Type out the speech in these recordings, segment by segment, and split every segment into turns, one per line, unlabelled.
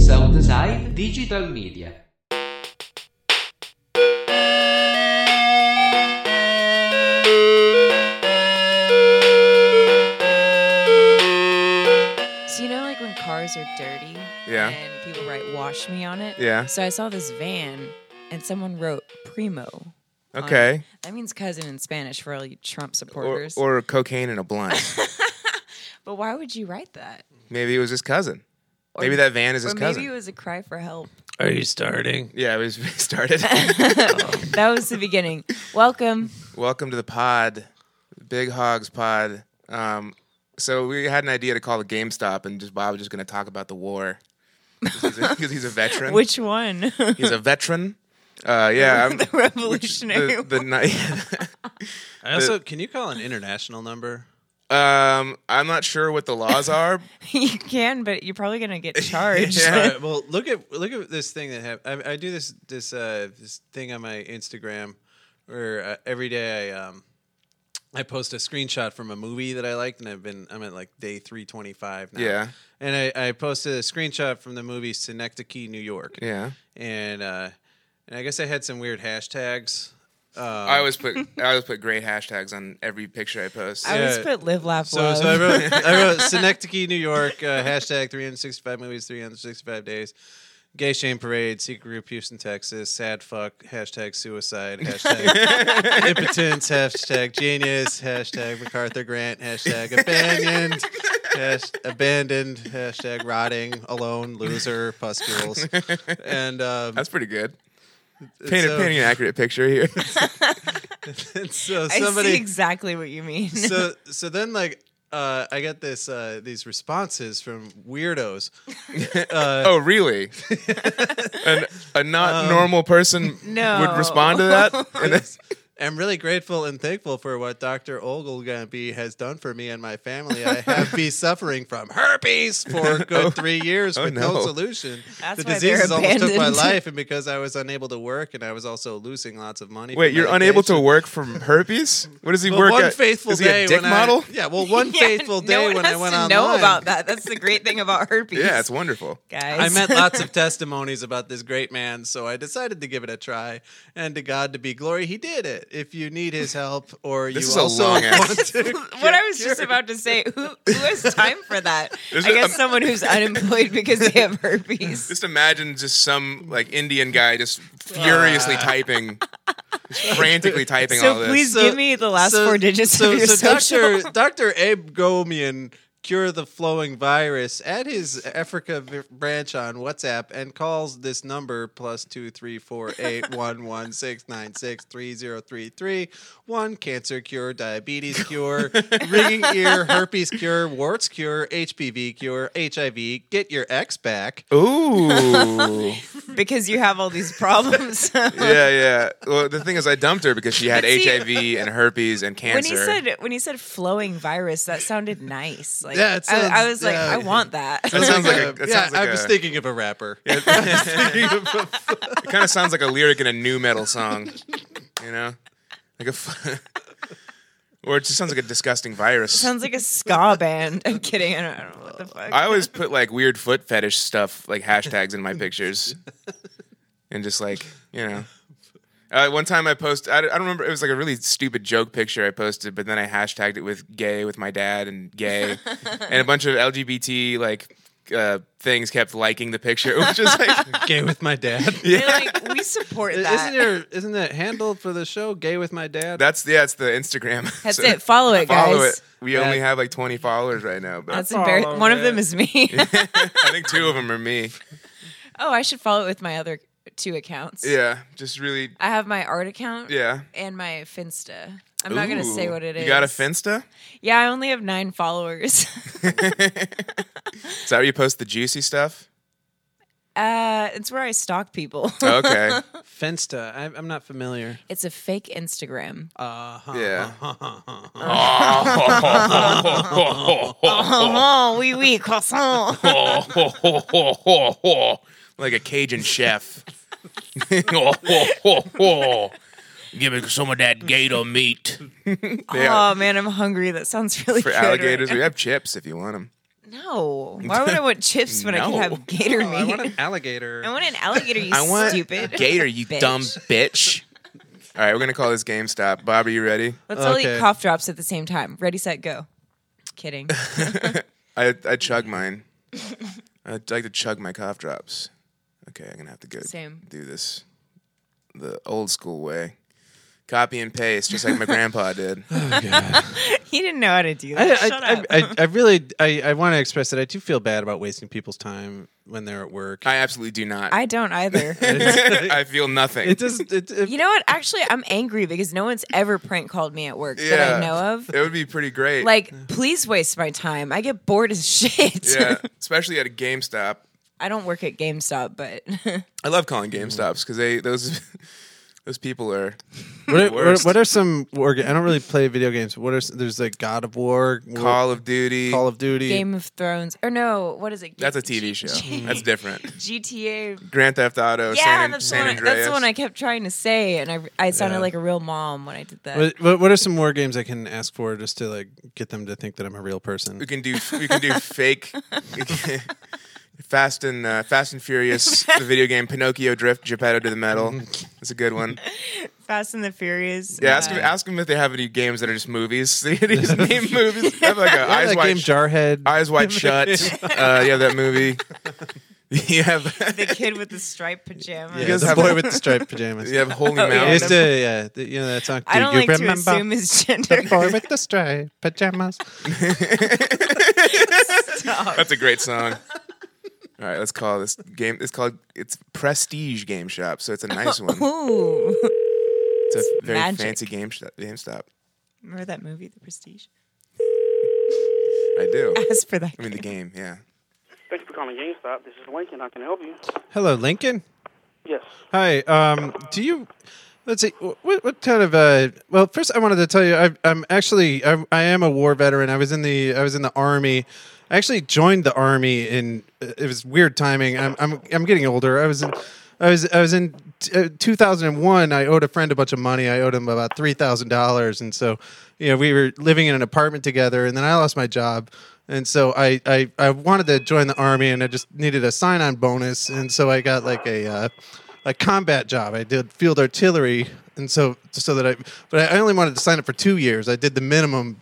Design Digital Media.
So you know, like when cars are dirty,
Yeah.
and people write "wash me" on it.
Yeah.
So I saw this van, and someone wrote "primo." on it.
Okay.
That means cousin in Spanish for all you Trump
Or,
supporters.
or cocaine in a blunt.
but why would you write that?
maybe it was his cousin.
Or-
Maybe that van is his
or
cousin.
maybe it was a cry for help.
Are you starting?
yeah, it was it started.
That was the beginning. Welcome.
Welcome to the pod, Big Hogs Pod. Um, so we had an idea to call it GameStop, and just Bob was just going to talk about the war because he's, a veteran.
Which one?
he's a veteran. Uh, yeah, I'm,
the revolutionary.
the, the ni-
I
Uh,
also can you call an international number?
um, I'm not sure what the laws are.
War. you can, but you're probably gonna get charged.
Yeah.
All right, well, look at look at this thing that happened. I, I do this this uh, this thing on my Instagram where uh, every day I um I post a screenshot from a movie that I liked, and I've been I'm at like day three twenty five now.
Yeah.
and I, I posted a screenshot from the movie Synecdoche, New York.
Yeah,
and uh, and I guess I had some weird hashtags. Um,
Uh,
I always put I always put great hashtags on every picture I post.
I always
Yeah.
put live, laugh,
So,
love.
so I wrote, I wrote Synecdoche, New York, uh, hashtag 365 movies, 365 days, gay shame parade, secret group, Houston, Texas, sad fuck, hashtag suicide, hashtag impotence, hashtag genius, hashtag MacArthur Grant, hashtag abandoned, hash, abandoned, hashtag rotting, alone, loser, pustules. And um,
That's pretty good.
Uh,
Painted
so-
painting an accurate picture here.
and so
I
somebody,
see exactly what you mean.
so so then like uh, I got this uh, these responses from weirdos.
Uh,
oh, really? An, a not normal person
Um, No.
would respond to that. And that's-
I'm really grateful and thankful for what Dr. Ogilgambi has done for me and my family. I have been suffering from herpes for a good three years with no.
Oh. no.
solution.
That's
the
why
disease
they're
has almost took my
abandoned.
life, and because I was unable to work, and I was also losing lots of money.
wait,
from
you're unable to
medication.
work from herpes? What does he work
one
at?
faithful
is he
day
a dick
when
model?
I, yeah, well, one
Yeah,
faithful day
no one
when I
has
went
to
online.
know about that. That's the great thing about herpes.
Yeah, it's wonderful.
guys.
I met lots of testimonies about this great man, so I decided to give it a try. And to God to be glory, he did it. If you need his help, or
This
you
is a
also
long ass-
want to,
what I was just about to say. Who who has time for that?
This
I
is-
guess
I'm-
someone who's unemployed because they have herpes.
Just imagine just some like Indian guy just furiously typing, just frantically typing all
Uh. So
this.
please
So-
give me the last
so-
four digits
so,
of your
so
social.
Dr. Dr. Abe Gomian cure the flowing virus at his Africa v- branch on WhatsApp and calls this number plus two three four eight one one six nine six three zero three three one cancer cure, diabetes cure, ringing ear, herpes cure, warts cure, HPV cure, HIV, get your ex back.
Ooh,
because you have all these problems.
yeah, yeah. Well, the thing is, I dumped her because she had
But see-
HIV and herpes and
when
cancer.
he said when he said flowing virus, that sounded nice. Like
Yeah, it sounds-
I, I was like,
yeah.
I want that.
That sounds like a- that
yeah,
sounds like
I was
a-
thinking of a rapper.
It kind of sounds like a lyric in a new metal song, you know, like a, f- or it just sounds like a disgusting virus.
sounds like a ska band. I'm kidding. I don't, I don't know what the fuck.
I always put like weird foot fetish stuff, like hashtags in my pictures, and just like you know. Uh, one time I posted, I don't I don't remember, it was like a really stupid joke picture I posted, but then I hashtagged it with gay with my dad and gay, and a bunch of LGBT like uh, things kept liking the picture, which is like
Gay with my dad.
They're like we support that.
Isn't your isn't that handle for the show gay with my dad?
that's yeah, it's the Instagram.
That's
So-
it. Follow it, guys.
follow it. We only
Yeah.
have like 20 followers right now, but
That's embarrassing. One of them is me.
I think two of them are me.
oh, I should follow it with my other two accounts.
Yeah, just really,
I have my art account
yeah.
and my Finsta. I'm not gonna say
Ooh.
what it is.
You got a Finsta?
Yeah, I only have nine followers.
Is that where you post the juicy stuff?
uh, it's where I stalk people.
Okay.
Fensta. I, I'm not familiar.
it's a fake Instagram.
Uh-huh.
Yeah.
Oh, oui, oui, croissant.
like a Cajun chef.
Give me some of that gator meat.
Yeah.
Oh man, I'm hungry. That sounds really
For
good right
alligators,
now.
we have chips if you want them.
No. Why would I want chips when I
No.
could have gator
Oh, I
meat?
want an alligator.
I want an alligator, you
I want
stupid.
Gator, you
bitch.
dumb bitch. All right, we're gonna call this GameStop. Bob, are you ready?
Let's all eat
Okay.
cough drops at the same time. Ready, set, go. Kidding.
I I chug mine. I like to chug my cough drops. Okay, I'm gonna have to go
Same.
do this the old school way. Copy and paste, just like my grandpa did.
he didn't know how to do
Oh, I,
that. Shut
I,
up.
I, I, I really I, I want to express that I do feel bad about wasting people's time when they're at work.
I absolutely do not.
I don't either.
I feel nothing.
it does. It, it,
You know what? Actually, I'm angry because no one's ever prank called me at work that I
Yeah.
know of.
It would be pretty great.
Like, please waste my time. I get bored as shit.
yeah, especially at a GameStop.
I don't work at GameStop, but
I love calling
Mm.
GameStops because they those those people are
what, are, what, are,
worst.
what are some? War, ga- I don't really play video games. What are? s- There's like God of War, War-
Call of Duty.
Call of Duty.
Game of Thrones or no, what is it?
That's a TV show. That's different.
GTA.
Grand Theft Auto.
Yeah,
San,
that's,
San
the one I,
Andreas.
that's the one I kept trying to say, and I, I sounded
Yeah.
like a real mom when I did that.
What, what, what are some war games I can ask for just to like get them to think that I'm a real person?
we can do we can do fake Fast and uh, Fast and Furious, the video game Pinocchio Drift, Geppetto to the Metal. That's a good one.
Fast and the Furious.
Yeah, ask
uh,
them, ask them if they have any games that are just movies. See, these meme movies. They have like a
Yeah,
eyes
that
wide
game Jarhead.
eyes wide shut. Uh, yeah, that movie. You have
the kid with the striped pajamas.
yeah,
guys
the
have-
boy with the striped pajamas.
you have Holy
Oh,
Mountain.
yeah,
I used
the-
to, yeah, the, you know that song.
I don't
Do you
like to
remember
assume his gender.
the boy with the striped pajamas?
That's a great song. All right, let's call this game. It's called it's Prestige Game Shop, so it's a nice one.
Ooh,
It's a very
Magic.
fancy game shop. GameStop.
remember that movie, The Prestige?
I do.
As for that,
I mean the game. Yeah.
Thank you for calling GameStop. This is Lincoln. I can help you.
Hello, Lincoln.
Yes.
Hi. Um, do you? Let's see. wh- What, what kind of? Uh, well, first, I wanted to tell you, I, I'm actually, I, I am a war veteran. I was in the, I was in the army. I actually joined the army in. It was weird timing. I'm, I'm, I'm getting older. I was, in, I was, I was in t- uh, 2001. I owed a friend a bunch of money. I owed him about three thousand dollars, and so, you know, we were living in an apartment together, and then I lost my job. And so I, I, I wanted to join the army, and I just needed a sign-on bonus, and so I got like a, uh, a combat job. I did field artillery, and so so that I, but I only wanted to sign up for two years. I did the minimum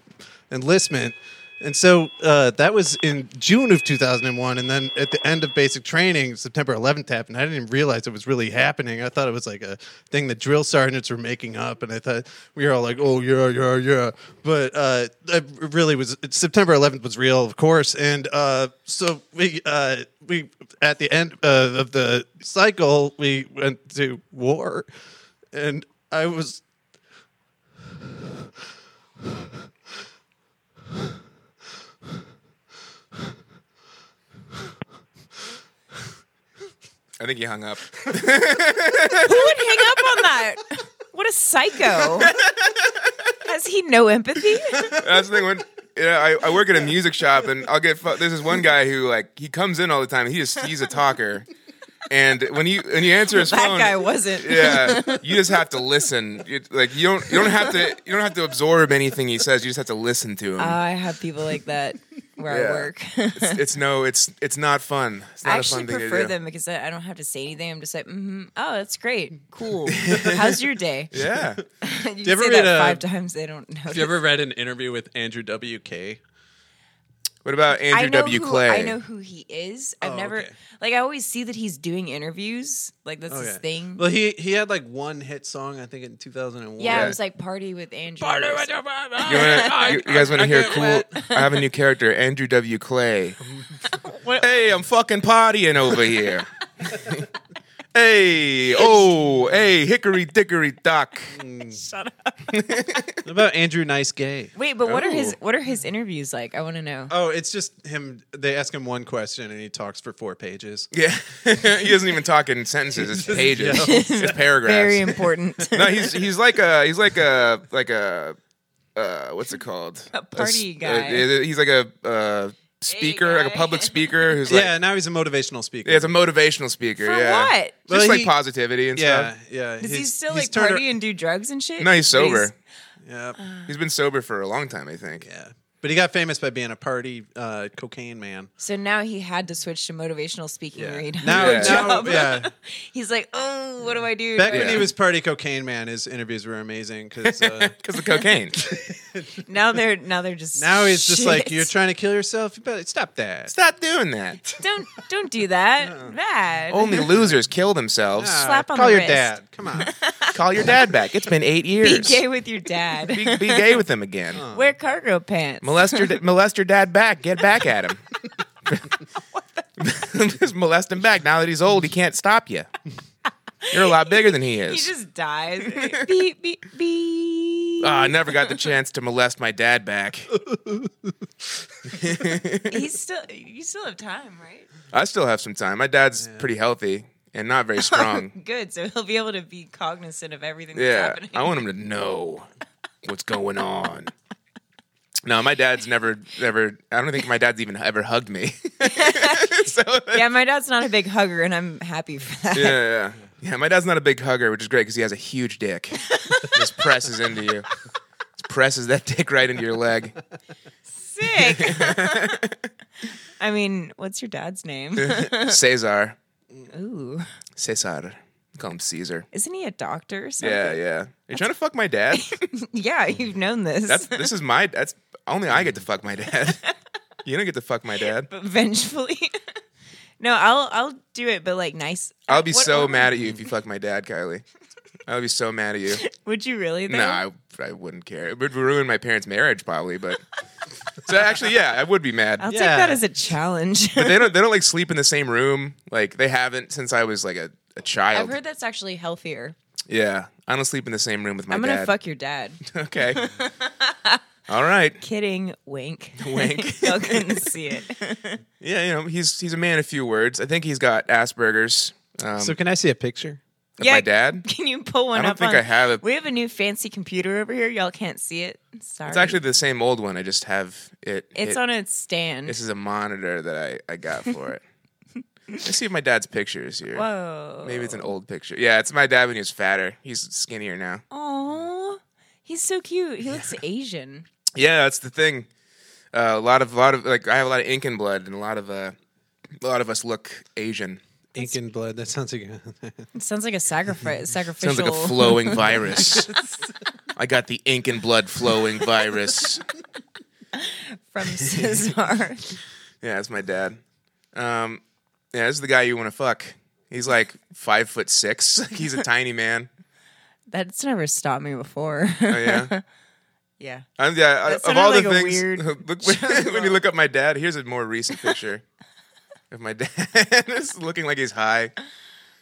enlistment, and so uh, that was in June of 2001. And then at the end of basic training, September 11th happened. I didn't even realize it was really happening. I thought it was like a thing that drill sergeants were making up, and I thought we were all like, "Oh yeah, yeah, yeah," but uh, it really was. September 11th was real, of course, and uh, so we. Uh, we at the end uh, of the cycle we went to war and i was
I think he hung up.
who would hang up on that? What a psycho! Has he no empathy?
That's the thing. When yeah, I, I work at a music shop, and I'll get fu- there's this one guy who like he comes in all the time. And he just he's a talker, and when you when you answer his
That
phone,
guy wasn't.
yeah, you just have to listen. You, like you don't you don't have to you don't have to absorb anything he says. You just have to listen to him.
I have people like that where
Yeah.
I work.
it's, it's no, it's it's not fun. It's not
I
a fun
actually
thing
prefer
to do.
them because I I don't have to say anything. I'm just like, mm-hmm. oh, that's great, cool. How's your day?
Yeah,
you
ever
say
read
that
a-
five times, they don't know.
read an interview with andrew wk
What about Andrew
I know
W.
Who,
Clay?
I know who he is. I've
Oh,
never
okay. Oh,
like I always see that he's doing interviews. Like that's his thing.
well he he had like one hit song i think in 2001
yeah, it was like party with Andrew. or something.
You, wanna, you, you guys want to hear a
can't
cool?
wait.
I have a new character, Andrew W. Clay. hey, I'm fucking partying over here. hey, oh, hey, hickory dickory dock.
what about andrew nice gay
Wait, but what are his
Oh.
what are his interviews like? I want to know.
oh it's just him they ask him one question and he talks for four pages
Yeah, he doesn't even talk in sentences. It's pages. It's paragraphs.
Very important.
no, he's he's like a he's like a like a uh, what's it called?
A party
s- uh,
guy.
he's like a uh, speaker, like a
guy.
public speaker who's like
yeah now he's a motivational speaker
yeah, it's a motivational speaker.
For
yeah,
what?
Just
Well,
like
he-
positivity and
yeah,
stuff.
yeah.
Does he
he's-
still
he's
like
turned ar-
party and do drugs and shit?
No, he's
But
sober.
yeah,
He's been sober for a long time, I think.
yeah. But he got famous by being a party uh, cocaine man.
So now he had to switch to motivational speaking
Yeah.
where he'd
Now,
have
Yeah.
a
now,
job.
yeah.
He's like, oh, what do I do?
Back
Like,
when he
Yeah.
was party cocaine man, his interviews were amazing because uh,
Because the cocaine.
now they're now they're just
now he's just like,
shit.
"You're trying to kill yourself. You better stop that."
Stop doing that.
don't don't do that. Bad.
Only losers kill themselves.
Ah,
Slap on
call
the
your
wrist.
dad. Come on.
Call your dad back. It's been eight
be
years.
gay with your dad.
Be, be gay with him again.
Wear cargo pants.
Molest your molest your dad back. Get back at him. just molest him back. Now that he's old, he can't stop you. You're a lot bigger than he
he
is.
just dies. beep beep beep.
Ah, I never got the chance to molest my dad back.
He's still you still have time, right?
I still have some time. My dad's pretty healthy and not very strong.
Good. So he'll be able to be cognizant of everything that's
yeah,
happening.
I want him to know what's going on. No, my dad's never, ever. I don't think my dad's even ever hugged me. so
yeah, my dad's not a big hugger, and I'm happy for that.
yeah, yeah, yeah. My dad's not a big hugger, which is great because he has a huge dick. Just presses into you. Just presses that dick right into your leg.
Sick. I mean, what's your dad's name?
Caesar,
Ooh,
Caesar. Call him Caesar.
isn't he a doctor? Or something?
Yeah, yeah. Are you trying to fuck my dad?
Yeah, you've known this.
That's this is my. That's only I get to fuck my dad. You don't get to fuck my dad.
But vengefully. no, I'll I'll do it, but like nice.
I'll be
What-
so
what-
mad at you if you fuck my dad, Kylie. I'll be so mad at you.
Would you really? Though?
No, I, I wouldn't care. It would ruin my parents' marriage probably, but so actually, yeah, I would be mad.
I'll
Yeah.
take that as a challenge.
But they don't they don't like sleep in the same room. Like they haven't since I was like a, a child.
I've heard that's actually healthier.
yeah. I don't sleep in the same room with my
I'm gonna
dad.
fuck your dad.
okay. All right.
Kidding. Wink.
Wink.
Y'all couldn't see it.
Yeah, you know, he's he's a man of few words. I think he's got Asperger's. Um,
So can I see a picture?
of
Yeah.
my dad.
Can you pull one
I don't
up?
think
on-
I have it.
We have a new fancy computer over here. Y'all can't see it. Sorry.
It's actually the same old one. I just have it.
It's
it-
on its stand.
This is a monitor that I, I got for it. Let's see if my dad's picture is here.
Whoa.
Maybe it's an old picture. Yeah, it's my dad when he was fatter. He's skinnier now.
Aw. He's so cute. He looks Asian.
Yeah, that's the thing. Uh, a lot of lot of like I have a lot of Incan blood, and a lot of uh, a lot of us look Asian.
Ink and blood. That sounds like a-
It sounds like a sacrifice. Sacrificial.
Sounds like a flowing virus. I got the ink and blood flowing virus.
from Cesar.
Yeah, that's my dad. Um, yeah, this is the guy you want to fuck. He's like five foot six. He's a tiny man.
That's never stopped me before.
Oh yeah.
yeah.
I'm, yeah, I-
That
of
sounded
all the
like a
things,
weird
look, when, when you look up my dad, here's a more recent picture of my dad. it's looking like he's high.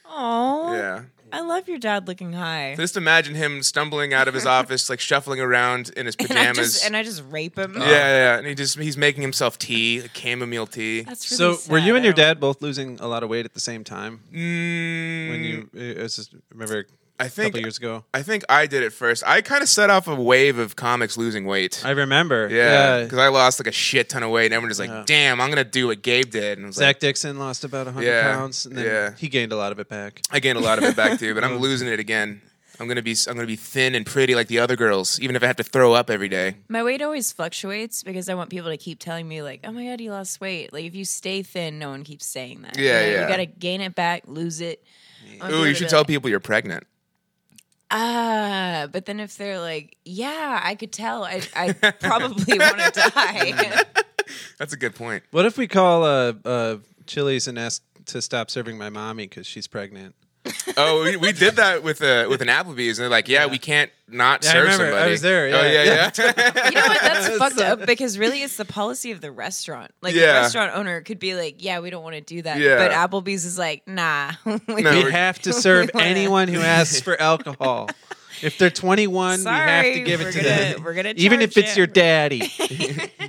Oh.
Yeah.
I love your dad looking high.
Just imagine him stumbling out of his office, like shuffling around in his
And I
pajamas.
just and I just rape him.
yeah, yeah, and he just he's making himself tea, like chamomile tea.
That's
So
really
were you
sad.
and your
I don't-
dad both losing a lot of weight at the same time
Mm,
when you? It was just, remember a
I think
couple years ago.
I think I did it first. I kind of set off a wave of comics losing weight.
I remember.
yeah, because I lost like a shit ton of weight, and everyone's like,
Yeah.
"Damn, I'm gonna do what Gabe did." And I was like,
Zach Dixon lost about 100
Yeah,
pounds, and then
yeah.
he gained a lot of it back.
I gained a lot of it back too, but I'm losing it again. I'm gonna be I'm gonna be thin and pretty like the other girls, even if I have to throw up every day.
My weight always fluctuates because I want people to keep telling me like, "Oh my god, you lost weight." Like if you stay thin, no one keeps saying that.
Yeah,
you know,
yeah.
You got to gain it back, lose it. I want
Ooh, you
to
should
be
tell
like,
people you're pregnant.
Ah, but then if they're like, "Yeah, I could tell," I, I probably want to die.
That's a good point.
What if we call uh, uh, Chili's and ask to stop serving my mommy because she's pregnant?
Oh, we, we did that with uh, with an Applebee's, and they're like, "Yeah, we can't not
Yeah, I
serve
remember. I
somebody."
was there,
Oh
yeah.
yeah, yeah.
You know what? That's fucked up because really it's the policy of the restaurant. Like the
Yeah.
restaurant owner could be like, yeah, we don't want to do that.
Yeah.
But Applebee's is like, nah. We-
No,
we
we're-
have to serve
wanna-
anyone who asks for alcohol. If they're 21, we have to
Sorry,
give it
we're
to
gonna-
them.
we're gonna
even if
charge
it's
you.
your daddy.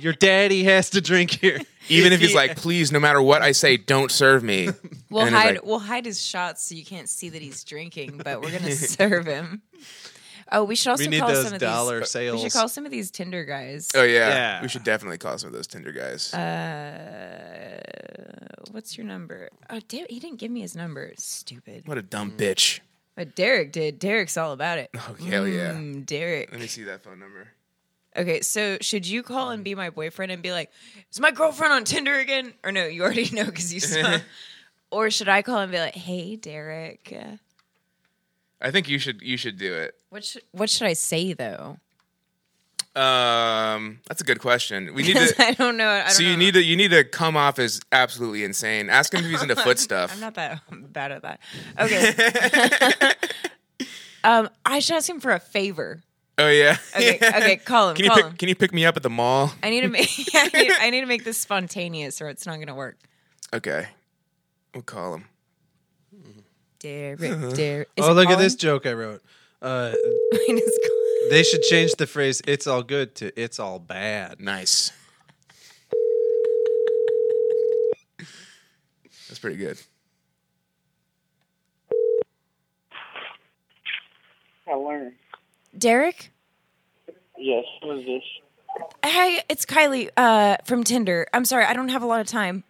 your daddy has to drink here.
Even if he's like, "Please, no matter what I say, don't serve me."
We'll
And it's
hide
like-
we'll hide his shots so you can't see that he's drinking, but we're gonna serve him. Oh, we should also
need
call
those
some of
dollar
these We should
sales.
call some of these Tinder guys.
Oh yeah.
Yeah.
we should definitely call some of those Tinder guys.
Uh, What's your number? Oh damn he didn't give me his number. Stupid.
what a dumb bitch.
But Derek did. Derek's all about it.
Oh hell yeah.
Mm, Derek.
Let me see that phone number.
Okay, so should you call
Um,
and be my boyfriend and be like, "Is my girlfriend on Tinder again?" Or no, you already know because you saw. or should I call and be like, "Hey, Derek, uh,
I think you should you should do it.
what should what should I say though?"
Um, that's a good question. We need
Because
to.
I don't know. I don't
So you
know.
need to you need to come off as absolutely insane. Ask him if he's into foot stuff.
I'm not that bad at that. Okay. um, I should ask him for a favor.
oh yeah.
Okay, okay, call him.
Can you
call
pick,
him.
can you pick me up at the mall?
I need to make. I, need, I need to make this spontaneous, or it's not going to work.
Okay, we'll call him.
Derek, Derek. Is
oh,
it
look at
calling?
this joke I wrote. Uh,
Mine is calling.
they should change the phrase "it's all good" to "it's all bad."
Nice. That's pretty good.
I learned.
Derek.
Yes. What is this?
Hey, it's Kylie uh, from Tinder. I'm sorry, I don't have a lot of time.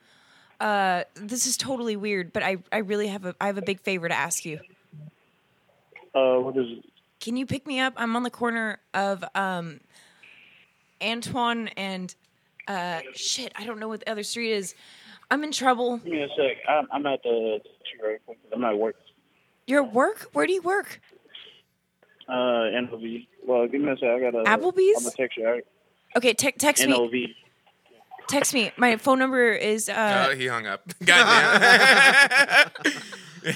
Uh, this is totally weird, but I, I really have a I have a big favor to ask you.
Uh, what is it?
Can you pick me up? I'm on the corner of um, Antoine and uh, shit. I don't know what the other street is. I'm in trouble.
Give me a sec. I'm, I'm at the right quick. I'm at work.
You're at work? Where do you work?
Uh, NOV. Well, give me a sec. I got a.
Applebee's?
I'm gonna text you. All right.
Okay, te- text me.
NOV.
Text me. My phone number is
Oh,
uh,
he hung up. Goddamn.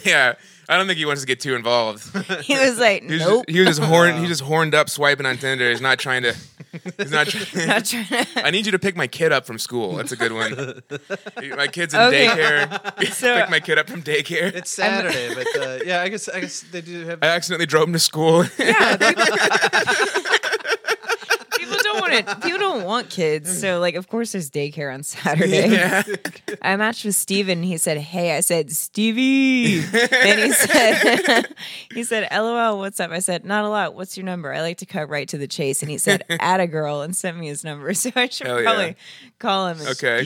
yeah, I don't think he wants to get too involved.
he was like,
He was,
nope.
just, he was just horn. He just horned up, swiping on Tinder. He's not trying to. He's not. Try-
Not trying to-
I need you to pick my kid up from school. That's a good one. my kid's in
Okay.
daycare.
So-
pick my kid up from daycare.
It's Saturday, but uh, yeah, I guess I guess they do have.
I accidentally drove him to school.
yeah, people, people don't want it. People don't want kids. So like, of course, there's daycare on Saturday.
yeah.
I matched with Steven. He said, Hey, I said, Stevie. then he said, He said, LOL, what's up? I said, Not a lot. What's your number? I like to cut right to the chase. And he said, At a girl and sent me his number. So I should
Hell yeah.
probably call him. and-
Okay.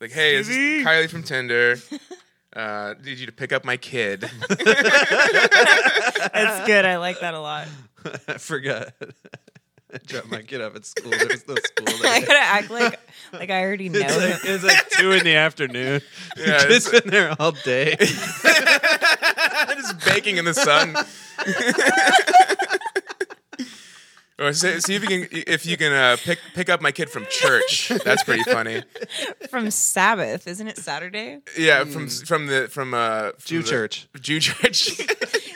Like, hey, this is Kylie from Tinder. Uh, need you to pick up my kid.
That's good. I like that a lot.
I forgot. I dropped my kid off at school. There was no school.
I
There.
gotta act like like I already know
It's
him.
like, it's like two in the afternoon.
Yeah,
It's
it's,
been there all day.
it's baking in the sun. or say, see if you can if you can uh, pick pick up my kid from church. That's pretty funny.
from Sabbath. Isn't it Saturday?
Yeah, from from the from uh from
Jew
the-
church.
Jew church.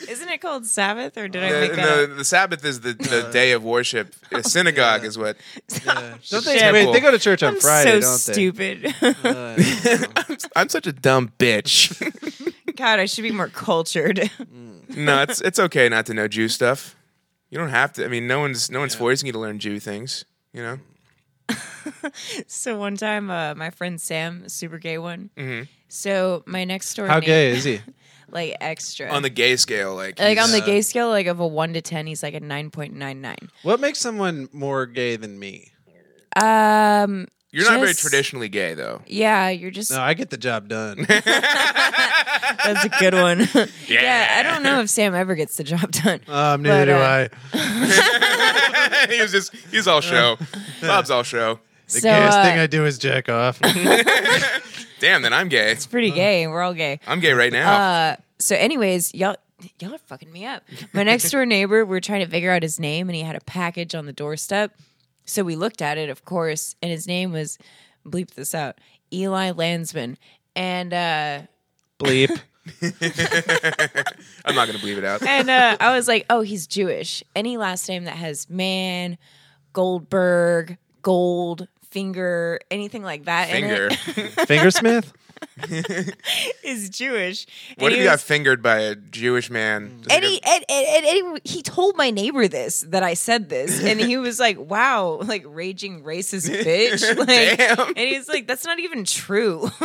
Isn't it called Sabbath or did I
the,
make Oh, that
no, the Sabbath is the, the day of worship. A synagogue is what.
Don't they?
Shit.
Wait, they go to church on
I'm so
Friday, don't
stupid.
they? Uh,
I'm such a dumb bitch.
God, I should be more cultured.
no, it's it's okay not to know Jew stuff. You don't have to. I mean, no one's no one's forcing you to learn Jew things. You know.
So one time, uh, my friend Sam, super gay one. So my next door,
Mm-hmm. how
neigh-
gay is he?
Like extra.
on the gay scale, like
like on
he's-
the gay scale, like of a one to ten, he's like a nine point nine nine.
What makes someone more gay than me?
Um,
you're not very
just-
traditionally gay though.
yeah, you're just
No, I get the job done.
that's a good one. yeah. I don't know if Sam ever gets the job done. But,
Um, neither do
uh,
I.
he was just he's all show. Bob's all show.
The
so
gayest
uh,
thing I do is jack off.
Damn, then I'm gay.
pretty
Uh.
gay. We're all gay.
I'm gay right now.
Uh, so anyways, y'all y'all are fucking me up. My next door neighbor, we were trying to figure out his name and he had a package on the doorstep. So we looked at it, of course, and his name was bleep this out, Eli Landsman. And uh
Bleep.
I'm not gonna believe it out.
and uh I was like, "Oh, he's Jewish. Any last name that has man, Goldberg, Gold, Finger, anything like that
Finger.
in it
Fingersmith?
is Jewish."
What
And
if
he
you got
was-
fingered by a Jewish man? Does it
and he, and, and, and, and he he told my neighbor this that I said this, and he was like, "Wow, like raging racist bitch." Like,
Damn.
And he's like, "That's not even true."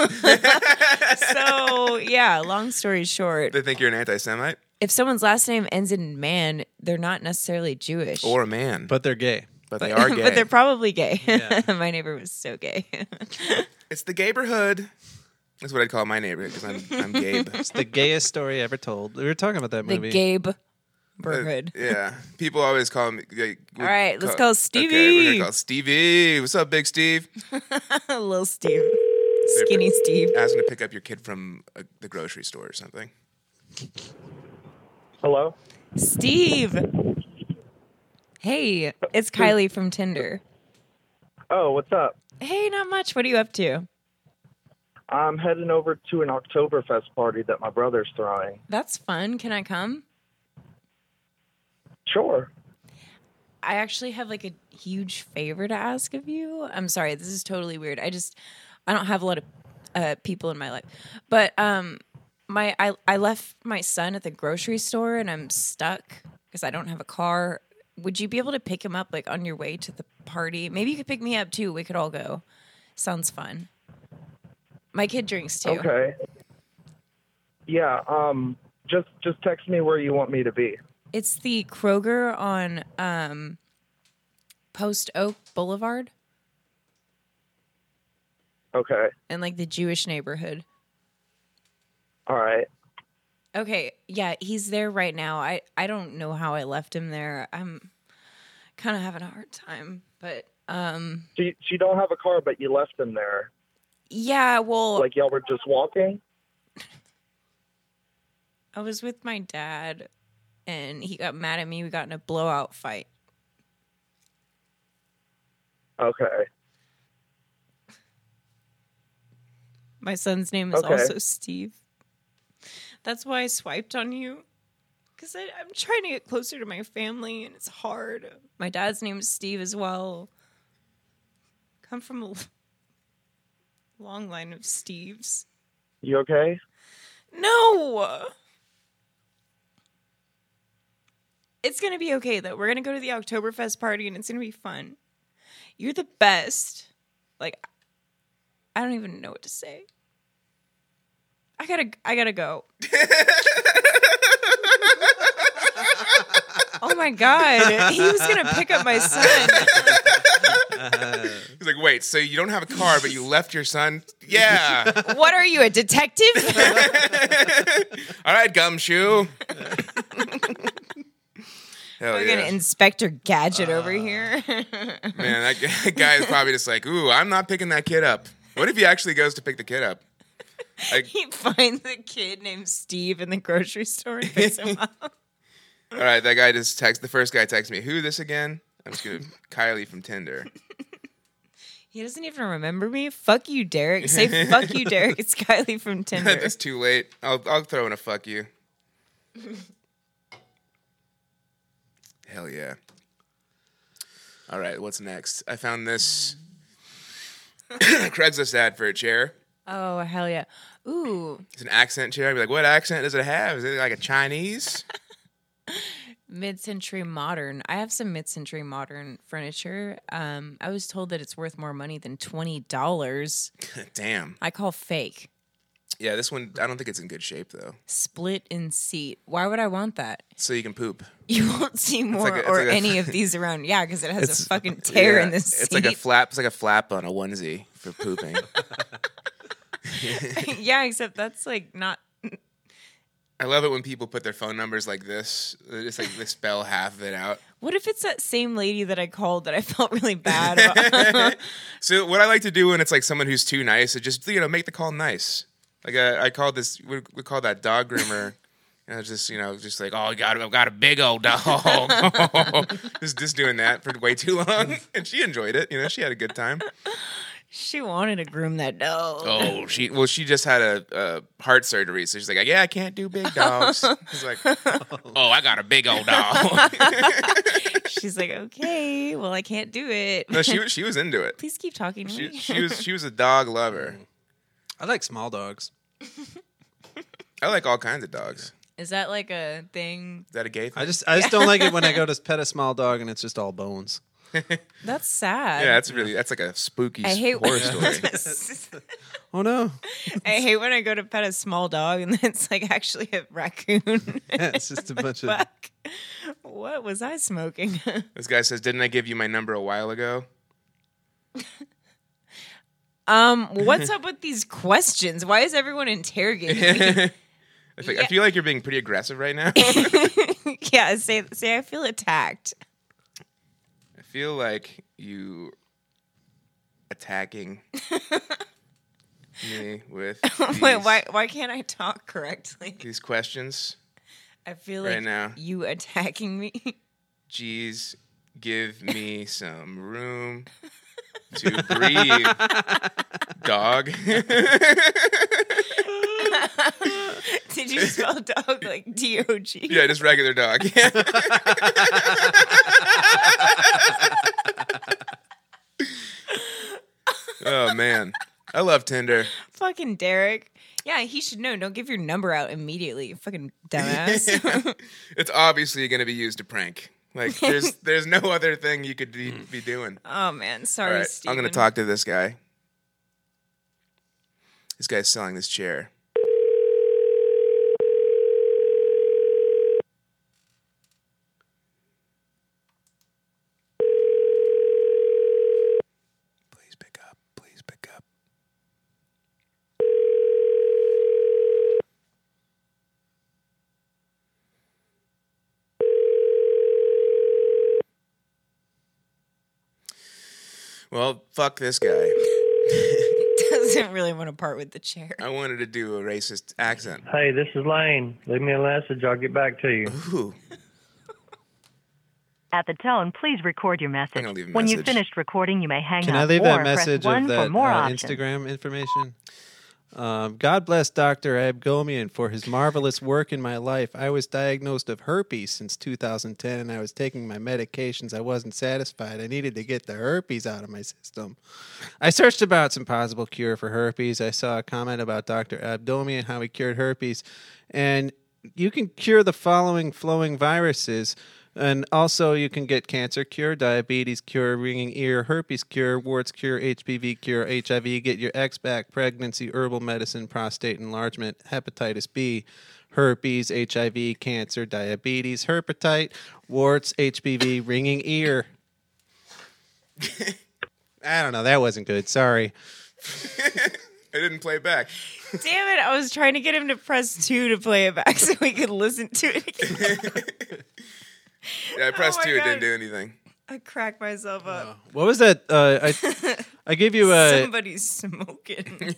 so yeah, long story short,
They think you're an anti-Semite
if someone's last name ends in man, they're not necessarily Jewish,
or a man, but,
But they're gay.
they are gay.
but they're probably gay.
Yeah.
my neighbor was so gay.
it's the neighborhood. That's what I'd call my neighborhood because I'm, I'm Gabe.
It's the gayest story ever told. We were talking about that
the
movie.
Gabe Burhood.
Yeah, people always call me. Like,
All right, let's call Stevie.
Okay, we're gonna call Stevie. What's up, Big Steve? Uh,
Little Steve. Skinny Steve.
Ask him to pick up your kid from uh, the grocery store or something.
Hello.
Steve. Hey, it's Kylie from Tinder.
Oh, what's up?
Hey, not much. What are you up to?
I'm heading over to an Oktoberfest party that my brother's throwing.
That's fun. Can I come?
Sure.
I actually have like a huge favor to ask of you. I'm sorry, this is totally weird. I just I don't have a lot of uh, people in my life, but um, my I I left my son at the grocery store and I'm stuck because I don't have a car. Would you be able to pick him up like on your way to the party? Maybe you could pick me up too. We could all go. Sounds fun. My kid drinks too.
Okay. Yeah. Um. Just just text me where you want me to be.
It's the Kroger on um, Post Oak Boulevard.
Okay.
in like the Jewish neighborhood.
All right.
Okay, yeah, he's there right now. I I don't know how I left him there. I'm kind of having a hard time, but um
She she don't have a car, but you left him there.
yeah, well,
Like y'all were just walking.
I was with my dad and he got mad at me. We got in a blowout fight.
Okay.
My son's name is
Okay.
also Steve. That's why I swiped on you. Because I'm trying to get closer to my family and it's hard. My dad's name is Steve as well. Come from a l- long line of Steves.
You okay?
No! It's going to be okay though. We're going to go to the Oktoberfest party and it's going to be fun. You're the best. Like I don't even know what to say. I got to I got to go. oh my god. He was going to pick up my son.
He's like, wait, so you don't have a car, but you left your son? Yeah.
What are you, a detective?
All right, gumshoe. Hell
We're
yeah.
going to Inspector Gadget over here.
Man, that guy- that guy is probably just like, ooh, I'm not picking that kid up. What if he actually goes to pick the kid up? Like,
he finds a kid named Steve in the grocery store and picks him up.
all right, that guy just texts. The first guy texts me, who this again? I'm just gonna Kylie from Tinder.
He doesn't even remember me. Fuck you, Derek. Say fuck you, Derek. It's Kylie from Tinder.
That's too late. I'll I'll throw in a fuck you. Hell yeah. All right, what's next? I found this Craigslist ad for a chair.
Oh hell yeah. Ooh,
It's an accent chair. I'd be like, what accent does it have? Is it like a Chinese?
mid-century modern. I have some mid-century modern furniture. Um, I was told that it's worth more money than twenty dollars.
Damn.
I call fake.
Yeah, this one I don't think it's in good shape though.
Split in seat. Why would I want that?
So you can poop.
You won't see more
like a- it's
or
like a-
any of these around. Yeah, because it has a fucking tear
Yeah,
in this
It's
seat.
like a flap. It's like a flap on a onesie for pooping.
yeah, except that's like not.
I love it when people put their phone numbers like this. They just like they spell half of it out.
What if it's that same lady that I called that I felt really bad about?
So what I like to do when it's like someone who's too nice is just you know make the call nice. Like uh, I, I called this we, we call that dog groomer. And I was just, you know, just like, oh,
Oh, God, I've got a big old dog.
just, just doing that for way too long. And she enjoyed it. You know, she had a good time.
she wanted to groom that dog.
Oh, she, well, she just had a, a heart surgery. So she's like, yeah, I can't do big dogs. It's like,
oh, I got a big old dog.
She's like, okay, well, I can't do it.
no, she, was- she was into it.
Please keep talking to
She,
me.
she was she was a dog lover.
Mm. I like small dogs.
I like all kinds of dogs.
Is that like a thing?
Is that a gay
I
thing?
just I just don't like it when I go to pet a small dog and it's just all bones.
That's sad.
Yeah, that's really that's like a spooky
I hate
horror
when
story.
Oh no,
I hate when I go to pet a small dog and it's like actually a raccoon.
yeah, it's just a bunch of.
Fuck. What was I smoking?
this guy says, "Didn't I give you my number a while ago?"
um, what's up with these questions? Why is everyone interrogating me?
That's I, think, I
Yeah.
feel like you're being pretty aggressive right now.
yeah, say say I feel attacked.
I feel like you attacking me with these,
Wait, why why can't I talk correctly?
these questions.
I feel like
Right now.
you attacking me.
Geez, give me some room to breathe, dog.
Did you spell dog like D O G?
yeah, just regular dog. oh man, I love Tinder.
Fucking Derek. Yeah, he should know. Don't give your number out immediately, you fucking dumbass.
It's obviously going to be used to prank. Like there's there's no other thing you could be, be doing.
oh man,
All
sorry,
right, I'm going to
Steven.
talk to this guy. This guy's selling this chair. Please pick up. Please pick up. Well, fuck this guy.
Doesn't really want to part with the chair.
I wanted to do a racist accent.
Hey, this is Lane. Leave me a message. I'll get back to you.
Ooh.
At the tone, please record your message.
I'm gonna leave a
When you've
message.
finished recording, you may hang
Can
up
I leave
or
that
press
message
one
of that
for more
uh,
options.
Instagram information? Um, God bless Dr. Abgomian for his marvelous work in my life. I was diagnosed of herpes since 2010. I was taking my medications. I wasn't satisfied. I needed to get the herpes out of my system. I searched about some possible cure for herpes. I saw a comment about Dr. Abdomian, how he cured herpes. And you can cure the following flowing viruses. And also, you can get cancer cure, diabetes cure, ringing ear, herpes cure, warts cure, HPV cure, HIV, get your ex back, pregnancy, herbal medicine, prostate enlargement, hepatitis B, herpes, HIV, cancer, diabetes, herpetite, warts, HPV, ringing ear. I don't know. That wasn't good. Sorry.
I didn't play back.
Damn it, I was trying to get him to press two to play it back so we could listen to it again.
Yeah, I pressed
Oh my
two. It
God.
didn't do anything.
I cracked myself up.
What was that? Uh, I I gave you a.
Somebody's smoking.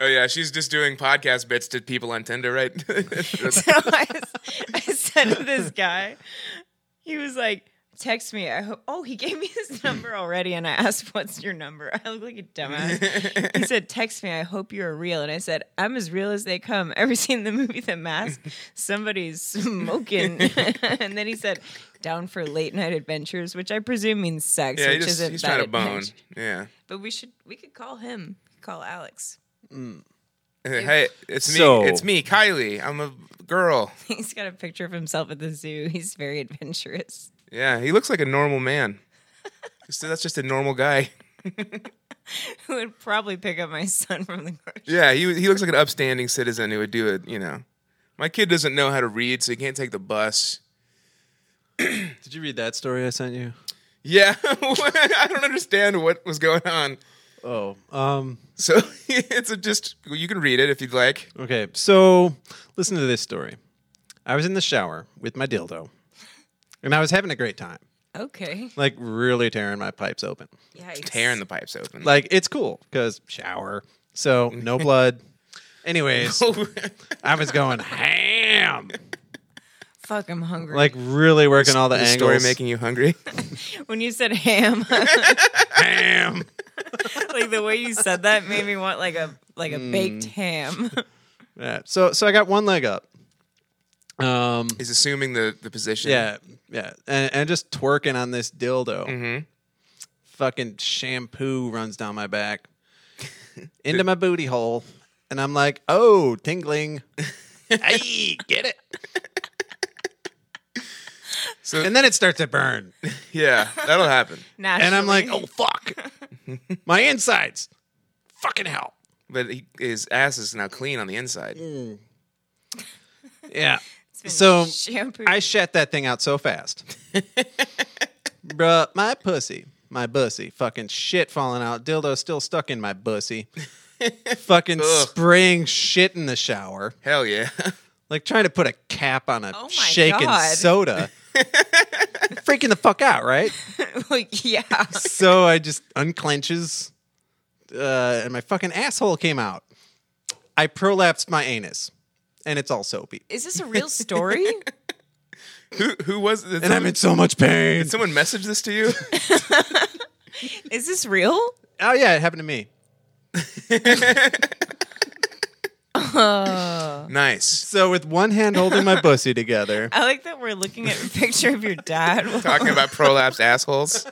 Oh yeah, she's just doing podcast bits to people on Tinder, right?
so I, s- I said to this guy, he was like, text me. I hope. Oh, he gave me his number already, and I asked, "What's your number?" I look like a dumbass. he said, "Text me. I hope you're real." And I said, "I'm as real as they come." Ever seen the movie The Mask? Somebody's smoking. and then he said, "Down for late night adventures," which I presume means sex,
yeah, he
which
just,
isn't
he's
that
trying to bone.
adventure-
Yeah.
But we should we could call him. Call Alex.
Hey, it's me.
So-
It's me, Kylie. I'm a girl.
He's got a picture of himself at the zoo. He's very adventurous.
Yeah, he looks like a normal man. Just- that's just a normal guy.
who would probably pick up my son from the grocery.
Yeah, he he looks like an upstanding citizen who would do it. You know, my kid doesn't know how to read, so he can't take the bus.
Did you read that story I sent you?
Yeah, I don't understand what was going on.
Oh, um,
So it's a just you can read it if you'd like.
okay. So listen to this story. I was in the shower with my dildo, and I was having a great time,
Okay.
like really tearing my pipes open.
Yikes.
Tearing the pipes open.
Like it's cool because shower, so no blood. Anyways, I was going ham,
Fuck, I'm hungry.
like really working all the
Is the
angles.
story making you hungry?
when you said ham,
ham.
like the way you said that made me want like a like a baked ham.
Yeah. So so I got one leg up. Um.
He's assuming the, the position.
Yeah, yeah, and, and just twerking on this dildo.
Mhm.
Fucking shampoo runs down my back into my booty hole, and I'm like, oh, tingling. hey, get it?
So
And then it starts to burn,
yeah, that'll happen.
Naturally.
and I'm like, oh fuck, my insides, fucking hell.
But he, his ass is now clean on the inside.
Yeah.
Been
So
shampoo.
I shat that thing out so fast. Bruh, my pussy, my bussy, fucking shit falling out. Dildo still stuck in my bussy. fucking
Ugh.
spraying shit in the shower.
Hell yeah.
Like trying to put a cap on a
Oh my
shake
God.
and soda. Freaking the fuck out, right?
like, yeah.
So I just unclenches uh, and my fucking asshole came out. I prolapsed my anus and it's all soapy.
Is this a real story?
Who who was did
And I'm
someone,
in so much pain.
did someone message this to you?
Is this real?
Oh yeah, it happened to me.
nice.
So with one hand holding my pussy together,
I like that we're looking at a picture of your dad.
Talking about prolapsed assholes.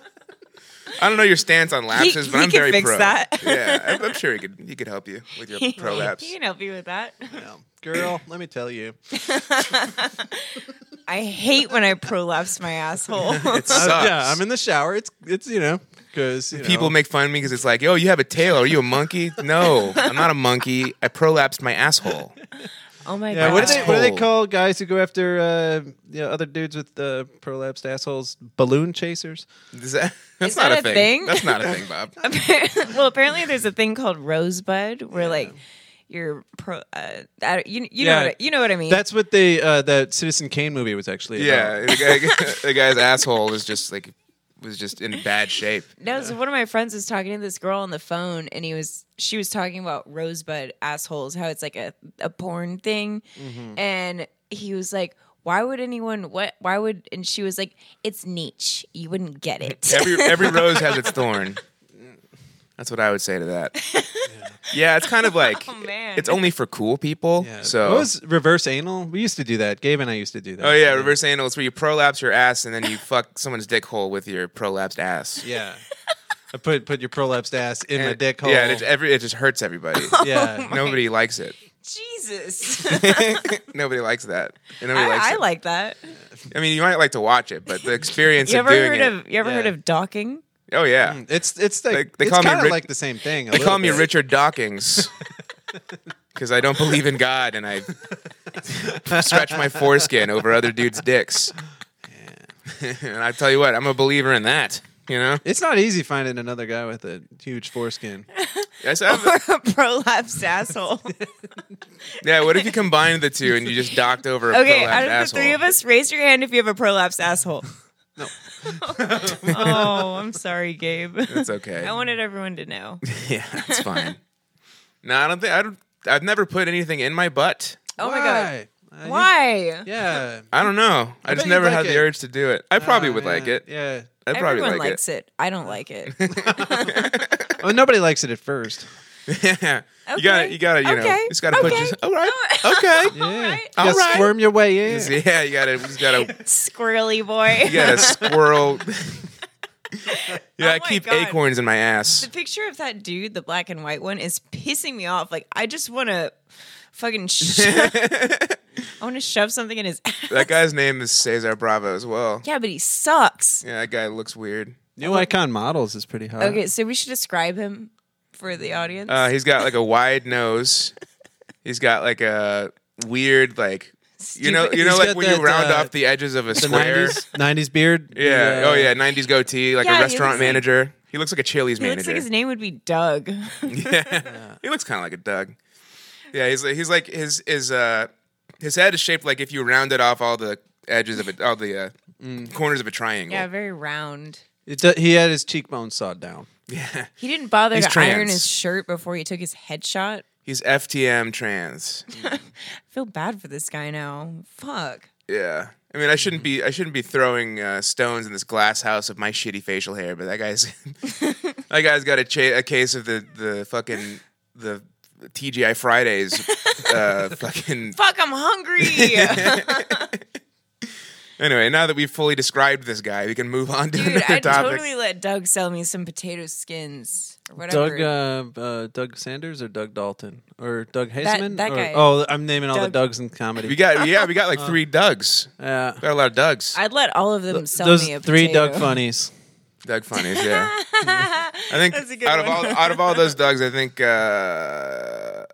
I don't know your stance on lapses,
He-
but
he
I'm
can
very
fix
pro.
that.
yeah, I'm, I'm sure he could. He could help you with your prolapse.
He can help you with that.
No. girl, let me tell you,
I hate when I prolapse my asshole.
It sucks.
I, Uh, yeah, I'm in the shower. It's it's you know because
People make fun of me because it's like, yo, you have a tail. Are you a monkey? No, I'm not a monkey. I prolapsed my asshole.
oh my
Yeah,
god.
what do they what do they
Asshole.
call guys who go after uh, you know, other dudes with uh, prolapsed assholes? Balloon chasers.
Is that, that's
that
not
a
thing.
thing?
That's not a thing, Bob.
well, apparently there's a thing called rosebud where like your pro. Uh, I don't- you you know
Yeah.
what I, you know what I mean.
That's what they uh, that Citizen Kane movie was actually.
Yeah,
about.
the, guy, the guy's asshole was just like was just in bad shape.
No, so one of my friends was talking to this girl on the phone, and he was she was talking about rosebud assholes, how it's like a, a porn thing, and he was like, "Why would anyone? What? Why would?" And she was like, "It's niche. You wouldn't get it."
Every every rose has its thorn. That's what I would say to that. Yeah, it's kind of like
Oh, man.
it's only for cool people.
Yeah.
So
what was reverse anal? We used to do that. Gabe and I used to do that.
Oh yeah, reverse anal. It's where you prolapse your ass and then you fuck someone's dick hole with your prolapsed ass.
yeah. I put put your prolapsed ass in my
And-
dick hole.
Yeah, and it, every, it just hurts everybody.
Oh,
yeah.
Nobody likes it.
Jesus,
Nobody likes that. And nobody likes
I, I
it.
like that.
I mean, you might like to watch it, but the experience
You
of
ever
doing
heard
it.
of Mm. you ever heard
Yeah.
of docking?
oh yeah,
It's it's like
They- they
it's
call me
kind of
Rich-
like the same thing. a
they
little
call me
bit.
Richard Dawkins because I don't believe in God and I stretch my foreskin over other dudes' dicks. and I tell you what, I'm a believer in that. You know,
It's not easy finding another guy with a huge foreskin.
I said-
a prolapsed asshole.
yeah. What if you combined the two and you just docked over a
Okay,
prolapsed
out of the
asshole?
three of us, raise your hand if you have a prolapsed asshole. No. oh, I'm sorry, Gabe.
It's okay.
I wanted everyone to know.
Yeah, that's fine. no, I don't think I don't. I've never put anything in my butt.
Oh my god.
Why? I-
Why?
Yeah.
I
Um,
don't know. I, just
bet
never
you'd
had
like
the
it.
urge to do it. I probably
Oh,
would like
yeah,
it.
Yeah.
I probably
Everyone
like
likes it. I don't like it.
Oh, nobody likes it at first.
it. Yeah. You gotta,
Okay.
you gotta, you know,
Okay.
you just gotta put
Okay.
just, all right,
Oh,
okay.
Yeah.
right.
You gotta
All right.
squirm your way in.
Yeah, you gotta, you just gotta,
Squirrely boy.
you gotta squirrel. yeah, I
Oh my
keep
God.
acorns in my ass.
The picture of that dude, the black and white one, is pissing me off. Like I just want to fucking. Sh- I want to shove something in his. ass.
That guy's name is Cesar Bravo as well.
Yeah, but he sucks.
Yeah, that guy looks weird.
New Icon Models is pretty hot.
Okay, so we should describe him for the audience.
Uh, he's got like a wide nose. He's got like a weird like you know
Stupid.
you know
He's
like
got
when
that,
you round
uh,
off the edges of a
The
square.
90s, 90s beard. uh,
Yeah. Oh yeah. Nineties goatee, like
Yeah, he
a
looks
restaurant
like-
manager. he looks like a Chili's
he looks
manager.
like his name would be Doug.
He looks kind of like a Doug. Yeah. He's like, he's like his his uh his head is shaped like if you rounded off all the edges of it, all the uh, corners of a triangle.
yeah, very round.
It do- he had his cheekbones sawed down.
He didn't bother
He's
to iron
trans.
his shirt before he took his headshot.
He's FTM trans.
I feel bad for this guy now. Fuck.
Yeah. I mean, I shouldn't be I shouldn't be throwing uh, stones in this glass house of my shitty facial hair, but that guy's that guy's got a, cha- a case of the the fucking the TGI Fridays uh, fucking
Fuck, I'm hungry.
Anyway, now that we've fully described this guy, we can move on to
Dude,
another
I'd
topic.
totally let Doug sell me some potato skins or whatever.
Doug uh, uh, Doug Sanders or Doug Dalton or Doug
That-
Haseman?
that
Or-
guy.
Oh, I'm naming all the
Doug-
Dougs in comedy.
We got yeah, we got
Oh.
like three Dougs.
yeah.
We got a lot of Dougs.
I'd let all of them sell
Those
me a
three
potato.
Doug funnies.
Doug funnies, yeah. I think
That's a good
out of
one.
all out of all those Dougs, I think uh,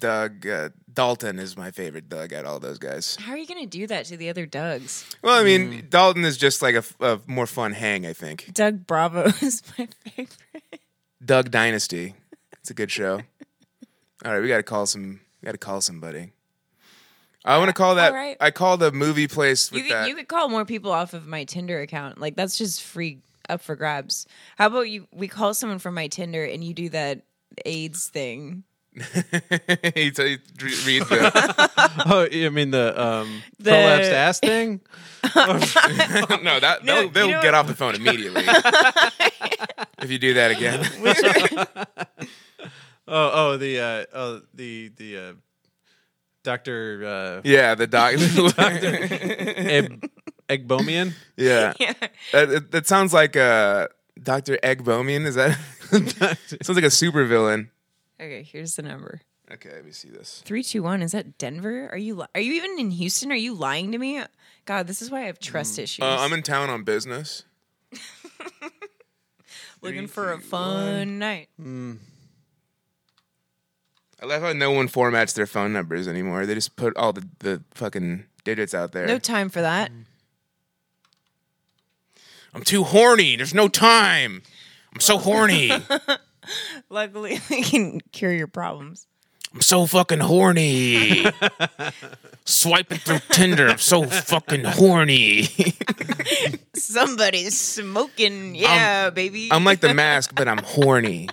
Doug uh, Dalton is my favorite Doug out of all those guys.
How are you gonna do that to the other Dougs?
Well, I mean,
Mm.
Dalton is just like a, f- a more fun hang, I think.
Doug Bravo is my favorite.
Doug Dynasty. It's a good show. All right, we got to call some. We got to call somebody. I want to call that.
Alright.
I call the movie place with
You could,
that.
you could call more people off of my Tinder account. Like that's just free up for grabs. How about you? We call someone from my Tinder and you do that AIDS thing.
he t- he re- read the.
Oh, you mean the um,
The-
prolapsed ass thing?
no, that
No,
they'll, they'll
you know
get
what-
off the phone immediately if you do that again.
Oh, oh, the uh, oh, the the uh, Doctor uh,
yeah, the doc.
Eb- Egbomian.
yeah, That, that- that sounds like uh, Doctor Egbomian. Is that sounds like a supervillain?
Okay, here's the number.
Okay, let me see this.
Three two one. Is that Denver? Are you li- are you even in Houston? Are you lying to me? God, this is why I have trust issues.
Uh, I'm in town on business.
Looking for a fun night.
I love how no one formats their phone numbers anymore. They just put all the, the fucking digits out there.
No time for that.
Mm.
I'm too horny. There's no time. I'm so horny. I'm
Luckily, we can cure your problems.
so fucking horny. Swiping through Tinder. I'm so fucking horny.
Somebody's smoking. Yeah, baby.
I'm like the mask, but I'm horny.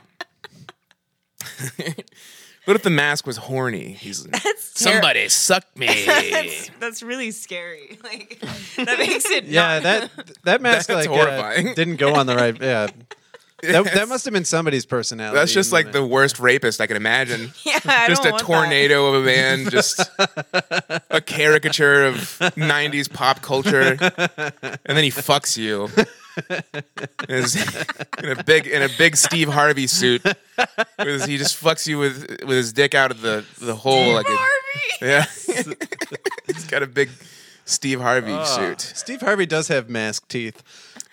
what if the mask was horny? He's
That's ter-
Somebody suck me.
That's,
eh.
that's really scary. Like that makes it.
Yeah,
not-
that that mask
That's
like uh,
horrifying.
didn't go on the right. Yeah, that, that must have been somebody's personality.
That's just like
Mm.
the worst rapist I can imagine.
yeah. I
just
don't
a
want that.
tornado of a man, just a caricature of 90s pop culture. And then he fucks you. In, his- in a big in a big Steve Harvey suit. With his- He just fucks you with with his dick out of the, the hole like a,
Harvey.
Yeah. He's got a big Steve Harvey
Ah,
suit.
Steve Harvey does have mask teeth.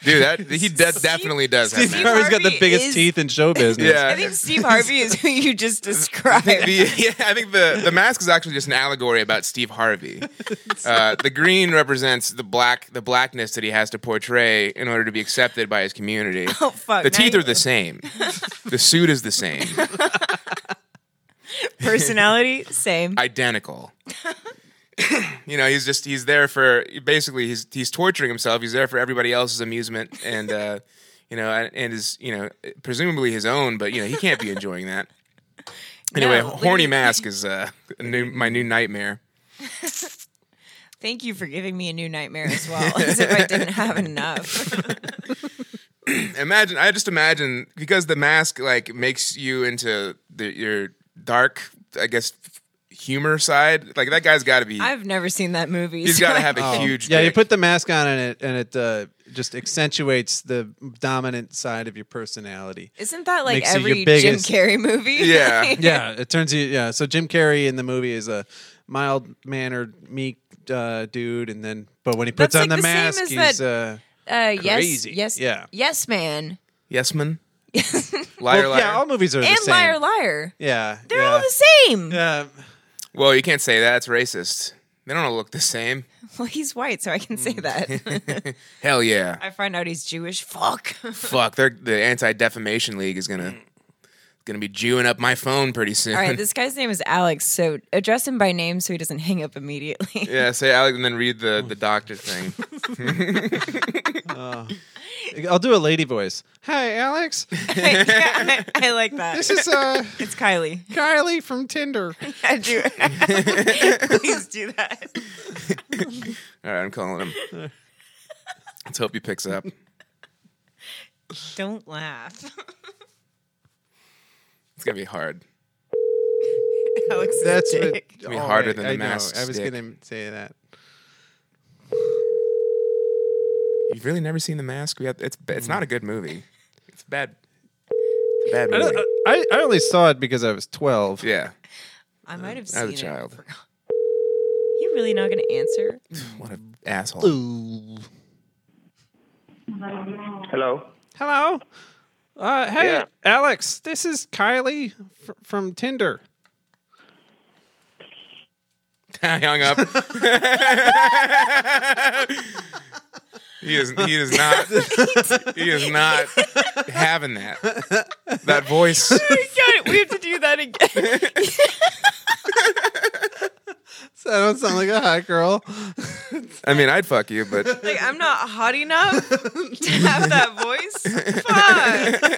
Dude, that he de- definitely does have
Steve
mask.
Harvey's got the
Harvey
biggest
is-
teeth in show business.
Yeah.
I think Steve Harvey is who you just described.
the, yeah, I think the, the mask is actually just an allegory about Steve Harvey. Uh, the green represents the black the blackness that he has to portray in order to be accepted by his community.
oh fuck.
the
now
teeth
you-
are the same. the suit is the same.
personality same.
Identical. you know, he's just he's there for basically he's he's torturing himself. He's there for everybody else's amusement and uh, you know and and his you know presumably his own, but you know he can't be enjoying that. Anyway,
No,
horny
literally.
mask is uh, a new, my new nightmare.
Thank you for giving me a new nightmare as well, as if I didn't have enough.
imagine i just imagine because the mask like makes you into the, your dark i guess humor side like that guy's got to be
I've never seen that movie.
he's
so
got to
I-
have a huge
Oh. Yeah, you
dick.
put the mask on and it and it uh, just accentuates the dominant side of your personality.
Isn't that like
Makes you your
every Jim
biggest-
Carrey movie?
Yeah.
Yeah, it turns you. Yeah, so Jim Carrey in the movie is a mild mannered, meek uh, dude, and then but when he puts
That's
on
like the
the
same
mask,
as
he's uh,
uh, yes,
Crazy.
yes,
Yeah.
yes, man,
yes man liar liar
well, uh, yeah, all movies are the
and
same.
liar, liar.
Yeah,
They're
yeah.
all the same.
Yeah,
well you can't say that it's racist they don't all look the same
Well, he's white, so I can
Mm.
say that.
hell yeah
I find out he's Jewish. Fuck.
fuck they're, the anti-defamation league is gonna gonna be jewing up my phone pretty soon
All right, this guy's name is Alex, so address him by name so he doesn't hang up immediately.
yeah say alex and then read the the doctor thing
I'll do a lady voice. Hi, Alex.
Yeah, I, I like that.
This is uh,
It's Kylie.
Kylie from Tinder.
I do. Please do that.
all right i'm calling him let's hope he picks up
Don't laugh.
it's gonna be hard
Alex is
That's
a
what-
dick.
be
Oh,
harder
wait,
than the
I know.
mask's
I was
dick.
gonna say that.
You've really never seen The Mask? We have, it's it's not a good movie. It's a bad. Bad
Mm. I,
movie.
don't- uh, I, I only saw it because I was twelve.
Yeah.
I might have
As
seen
a
it.
child.
You really not going to answer?
What an asshole.
Hello.
Hello. Uh, hey,
Yeah.
Alex. This is Kylie fr- from Tinder.
I hung up. he is he is not he is not having that. That voice.
We got it. We have to do that again.
So I don't sound like a hot girl.
I mean, I'd fuck you, but
Like I'm not hot enough to have that voice. Fuck.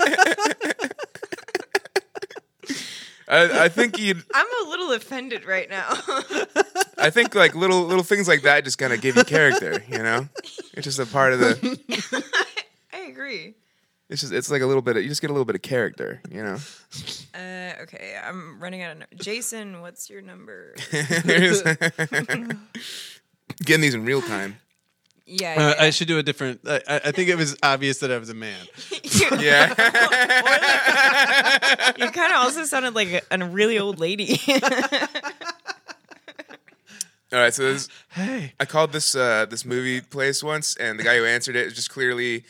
I, I think you'd.
I'm a little offended right now.
I think like little little things like that just kind of give you character. You know, it's just a part of the.
I agree.
It's just it's like a little bit. Of, you just get a little bit of character. You know.
Uh, okay, I'm running out of. nu- Jason, what's your number?
Getting these in real time.
Yeah,
Uh,
yeah,
I should do a different. I, I I think it was obvious that I was a man.
yeah. you,
Yeah.
kind of also sounded like a, a really old lady.
All right. So this,
Hey,
I called this uh, this movie place once, and the guy who answered it was just clearly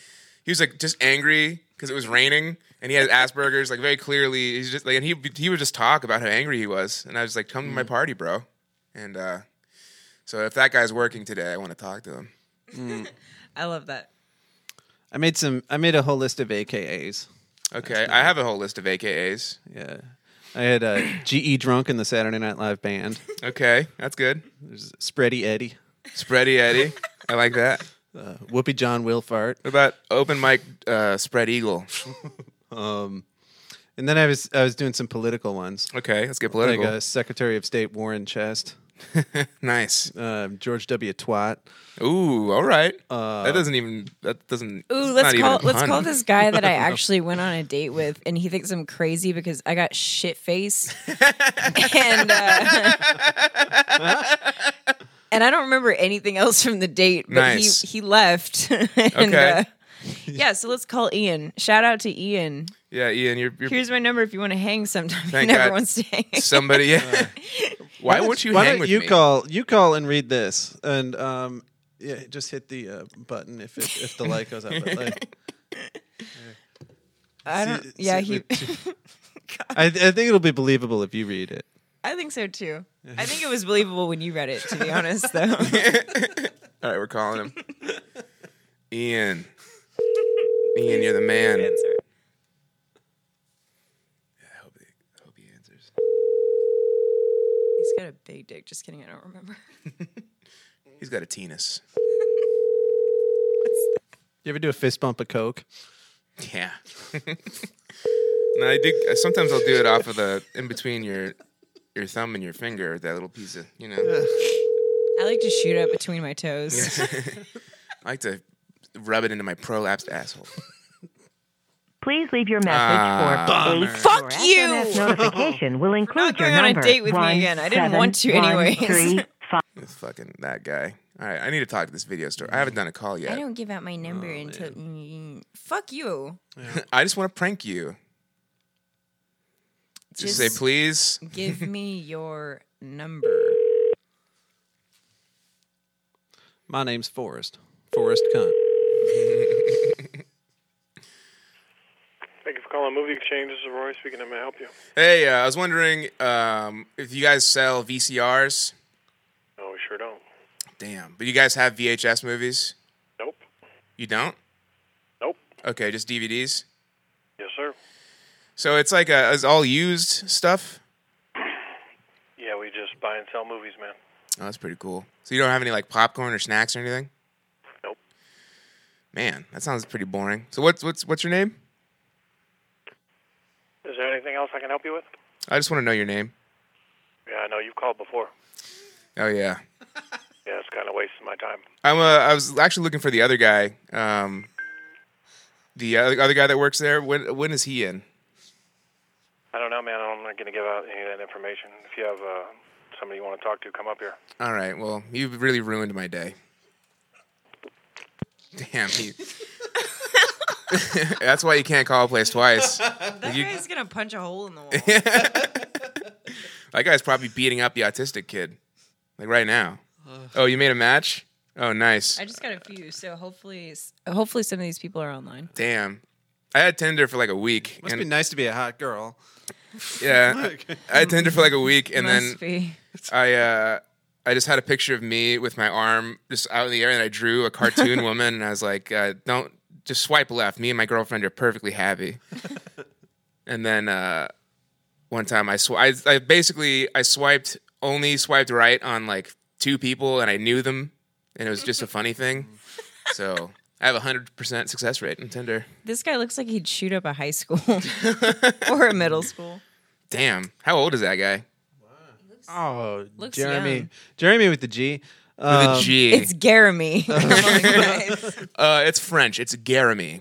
he was like just angry because it was raining, and he had Asperger's. Like very clearly, he's just like, and he he would just talk about how angry he was, and I was like, "Come to my party, bro." And uh, so if that guy's working today, I want to talk to him.
I love that.
I made some. I made a whole list of AKAs.
Okay, I have a whole list of AKAs.
Yeah, I had uh, GE drunk in the Saturday Night Live band.
Okay, that's good.
There's Spready Eddie,
Spready Eddie, I like that.
uh, Whoopi John Wilfart,
What about open mic uh, spread eagle?
and then I was I was doing some political ones.
Okay, let's get political.
Like uh, Secretary of State Warren Chest,
nice.
uh, George W. Twat.
Ooh, all right.
Uh,
that doesn't even that doesn't.
Ooh,
it's
let's
not even
call
a
let's
pun.
call this guy that I actually went on a date with, and he thinks I'm crazy because I got shit face, and uh, and I don't remember anything else from the date. But
Nice.
he he left. and,
Okay.
Uh, yeah, so let's call Ian. Shout out to Ian.
Yeah, Ian, you're, you're
Here's my number if you want to hang sometime.
Thank
he never
God.
wants to hang.
somebody. Yeah. why
don't-
won't you
why
hang
don't
with
you
me?
call you call and read this and um yeah just hit the uh, button if it, if the light goes up. But, like,
I don't.
sit-
Yeah,
sit
he.
I, I think it'll be believable if you read it.
I think so too. I think it was believable when you read it. To be honest, though.
All right, we're calling him. Ian. Ian, you're the man.
Answer.
I hope, he, I hope he answers.
He's got a big dick. Just kidding. I don't remember.
He's got a tennis.
You ever do a fist bump of coke?
Yeah. no, I do. Sometimes I'll do it off of the in between your your thumb and your finger, that little piece of you know.
I like to shoot up between my toes.
I like to rub it into my prolapsed asshole.
Please leave your message
Ah,
for eight.
Fuck
Your
you!
SMS notification will include
going
your
on a
number.
date with me
One,
again. I didn't
seven,
want to
one,
anyways.
three, five.
Fucking that guy. All right, I need to talk to this video store. I haven't done a call yet.
I
I,
don't give out my number until. Fuck you.
just want to prank you. Just, say
Just-
please.
Give me your number.
My name's Forrest. Forrest Cunt.
Thank you for calling Movie Exchange. This is Roy speaking. How may I help you?
Hey, uh, I was wondering um, if you guys sell VCRs.
No, we sure don't.
Damn, but you guys have VHS movies.
Nope.
You don't?
Nope.
Okay, just DVDs.
Yes, sir.
So it's like a, it's all used stuff.
Yeah, we just buy and sell movies, man.
Oh, that's pretty cool. So you don't have any like popcorn or snacks or anything?
Nope.
Man, that sounds pretty boring. So what's what's what's your name?
Is there anything else I can help you with?
I just want to know your name.
Yeah, I know you've called before.
Oh yeah,
Yeah, it's kind of wasting my time.
I'm uh, I was actually looking for the other guy. Um, the other other guy that works there. When when is he in?
I don't know, man. I'm not going to give out any of that information. If you have uh, somebody you want to talk to, come up here.
All right. Well, you really ruined my day. Damn. He... That's why you can't call a place twice.
That
You-
guy's gonna punch a hole in the wall.
That guy's probably beating up the autistic kid, like right now. Oh, you made a match? Oh, nice.
I just got a few, so hopefully, hopefully some of these people are online.
Damn. I had Tinder for like a week.
Must
and,
be nice to be a hot girl.
yeah, I had Tinder for like a week, and then
Must be.
I uh, I just had a picture of me with my arm just out in the air, and I drew a cartoon woman, and I was like, uh, "Don't just swipe left." Me and my girlfriend are perfectly happy. and then uh, one time I, sw- I I basically I swiped only swiped right on like two people, and I knew them, and it was just a funny thing. So I have a hundred percent success rate in Tinder.
This guy looks like he'd shoot up a high school or a middle school.
Damn, how old is that guy?
Oh,
Looks
Jeremy,
young.
Jeremy with the G.
With a
Um,
G.
It's Jeremy.
Uh, it's French. It's Garamy.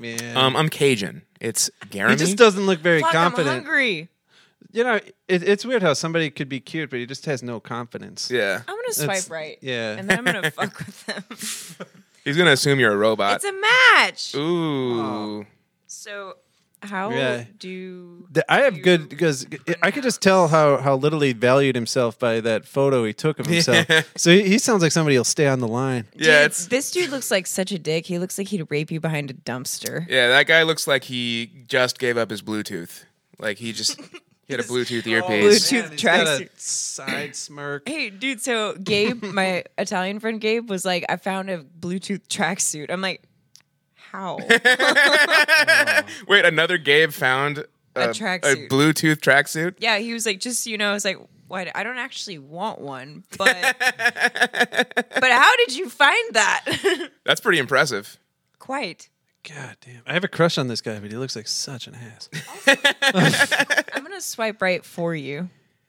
man.
Um, I'm Cajun. It's Garamy.
he just doesn't look very
Fuck, I'm
confident.
hungry.
You know, it, it's weird how somebody could be cute, but he just has no confidence.
yeah,
I'm gonna
That's-
swipe right.
yeah.
And then I'm gonna fuck with them.
he's gonna assume you're a robot.
It's a Oh. match.
Ooh,
So how
Yeah.
do
The- I have good because I could just tell how how little he valued himself by that photo he took of himself. so he, he sounds like somebody who'll stay on the line.
yeah,
Dude,
it's
this dude looks like such a dick. He looks like he'd rape you behind a dumpster.
yeah. That guy looks like he just gave up his Bluetooth. Like he just he had a
Oh.
Bluetooth earpiece.
Bluetooth
he's got
tracksuit.
a side smirk.
Hey, dude. So Gabe, my Italian friend Gabe, was like, "I found a Bluetooth tracksuit." I'm like, "How?"
Wait, another Gabe found
A
a, a
tracksuit.
Bluetooth tracksuit.
yeah, he was like, "Just so you know," I was like, "What? I don't actually want one, but but how did you find that?"
That's pretty impressive.
Quite.
God damn! I have a crush on this guy, but he looks like such an ass.
I'm gonna swipe right for you.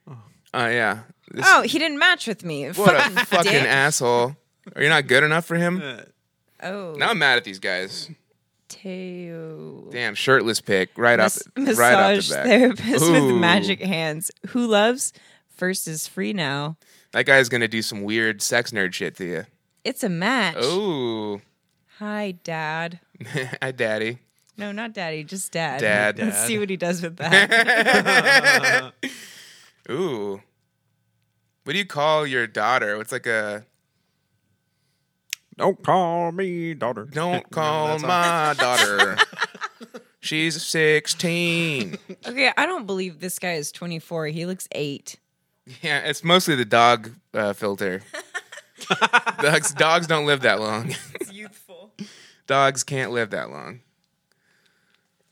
Uh, yeah. This-
Oh, he didn't match with me.
what
fucking
a fucking
dick.
asshole. Are you not good enough for him?
Uh,
Oh,
Now I'm mad at these guys.
Teo.
Damn, shirtless pick right off,
Mas-
right off
massage
the bat.
therapist with
Ooh.
magic hands who loves first is free now
That guy's gonna do some weird sex nerd shit to you.
it's a match
Oh,
hi dad
hi, daddy.
no not daddy just dad
Dad.
let's see what he does with that
Ooh, what do you call your daughter? It's like a
Don't call me daughter.
don't call my daughter. She's sixteen.
okay i don't believe this guy is 24 he looks 8
Yeah, it's mostly the dog uh, filter. dogs, dogs don't live that long.
it's youthful
dogs can't live that long.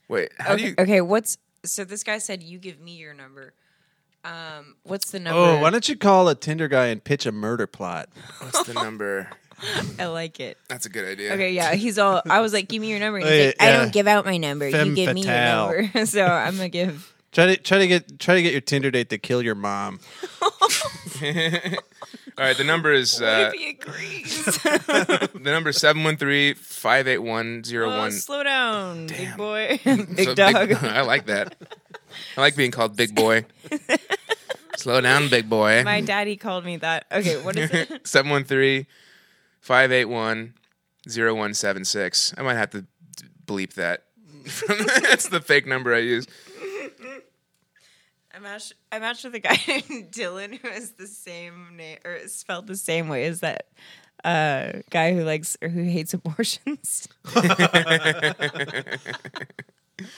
Wait, how do
okay,
you?
okay what's so this guy said you give me your number um what's the number
Oh, why don't you call a Tinder guy and pitch a murder plot?
What's the number?
i like it
That's a good idea.
Okay, yeah, he's all. I was like, "Give me your number." He's
Oh, yeah,
like, "I
yeah.
don't give out my number.
Femme
you give me
fatale.
your number." so I'm gonna give.
Try to try to get try to get your Tinder date to kill your mom.
All right, the number is uh,
What if he agrees?
the number is 713-581-01.
Whoa, slow down, big boy, big
So
dog.
I like that. I like being called big boy. Slow down, big boy.
My daddy called me that. Okay, what is it?
713-581-0176. I might have to bleep that. That's the fake number I use.
I matched. I matched with a guy named Dylan who has the same name or is spelled the same way as that uh, guy who likes or who hates abortions.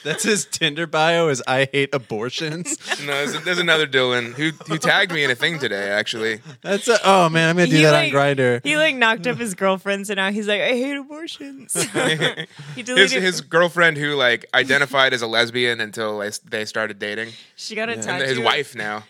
That's his Tinder bio. Is I hate abortions.
No, there's, there's another Dylan who who tagged me in a thing today. Actually,
That's a, oh man, I'm gonna do
He,
that on
like-
Grinder.
He like knocked up his girlfriend, so now he's like, I hate abortions. he deleted
his his girlfriend who like identified as a lesbian until like, they started dating.
She got a
And
tattoo.
his wife now.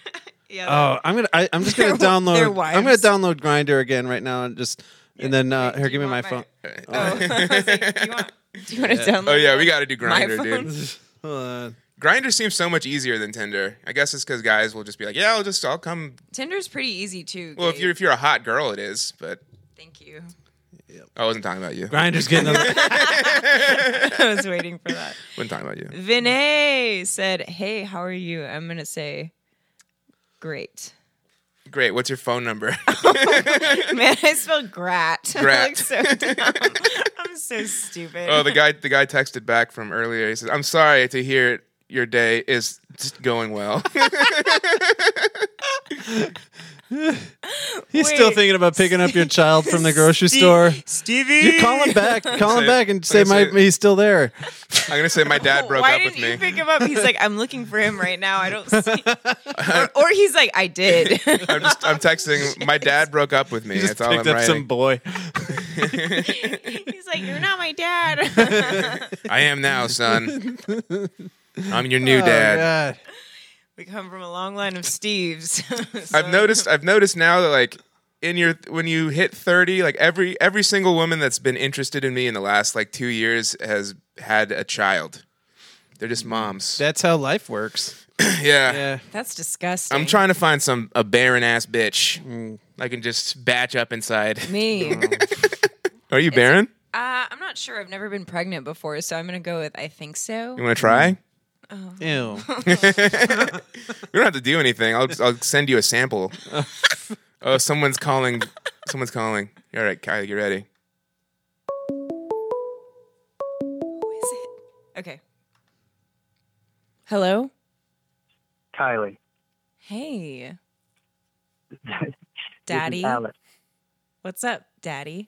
Yeah.
Oh, I'm gonna. I, I'm just gonna
Their-
download.
their
I'm gonna
wives.
download Grinder again right now and just and then uh,
Do
here,
you
give me my
want
phone.
my- Oh, I was like, do you want? Do you want to download?
Oh yeah, we got to do
my
grinder,
phone?
dude.
Hold on.
Grinder seems so much easier than Tinder. I guess it's because guys will just be like, "Yeah, I'll just I'll come."
Tinder's pretty easy too.
Well, if you're if you're a hot girl, it is. But oh,
Thank you.
I wasn't talking about you. I
Grinder's getting. A,
I was waiting for that.
wasn't talking about
Mm.
you.
Vinay said, "Hey, how are you?" I'm gonna say, "Great."
Great. What's your phone number?
Man, I spelled grat. I
Grat.
look so dumb. I'm so stupid.
oh, the guy the guy texted back from earlier. He says, "I'm sorry to hear your day is just going well."
he's still
Wait.
thinking about picking up your child from the grocery store.
Stevie.
You call him back. Call him
Say-
back and say
say-
my he's still there.
I'm gonna say my dad broke
Why
up
didn't
with me.
you pick him up? He's like, I'm looking for him right now. I don't see. or, or he's like, I did.
I'm just I'm texting. My dad broke up with me.
He just
That's all I'm
picked up
writing.
some boy.
he's like, you're not my dad.
I am now, son. I'm your new
Oh,
dad.
God.
We come from a long line of Steves.
I've noticed. I've noticed now that like in your when you hit thirty, like every every single woman that's been interested in me in the last like two years has had a child. They're just moms.
That's how life works.
yeah.
Yeah.
That's disgusting.
I'm trying to find some a barren ass bitch I can just batch up inside.
Me. uh,
Are you barren?
I'm not sure. I've never been pregnant before, so I'm going to go with I think so.
You want to try?
Ew.
We don't have to do anything. I'll I'll send you a sample. oh, someone's calling. Someone's calling. All right, Kylie, get ready.
Who is it? Okay. Hello?
Kylie.
Hey.
This is
Daddy.
Alex.
What's up, Daddy?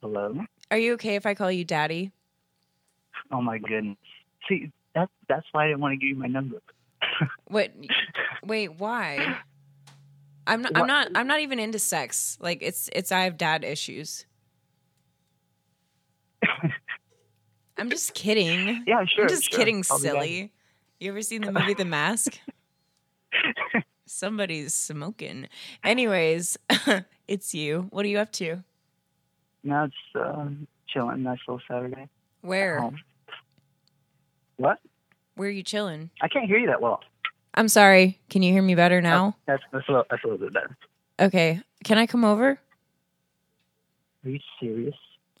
Hello.
Are you okay if I call you Daddy?
Oh my goodness. See, that that's why I didn't want to give you my number.
What? Wait, why? I'm not. I'm
What-
not. I'm not even into sex. Like it's. It's. I have dad issues. I'm just kidding.
Yeah, sure.
I'm just
sure.
kidding,
I'll be back.
silly. You ever seen the movie The Mask? Somebody's smoking. Anyways, it's you. What are you up to?
No, it's uh, chilling. Nice little Saturday.
Where?
Oh. What?
Where are you chilling?
I can't hear you that well.
I'm sorry. Can you hear me better now?
That's that's a little, that's a little bit better.
Okay. Can I come over?
Are you serious?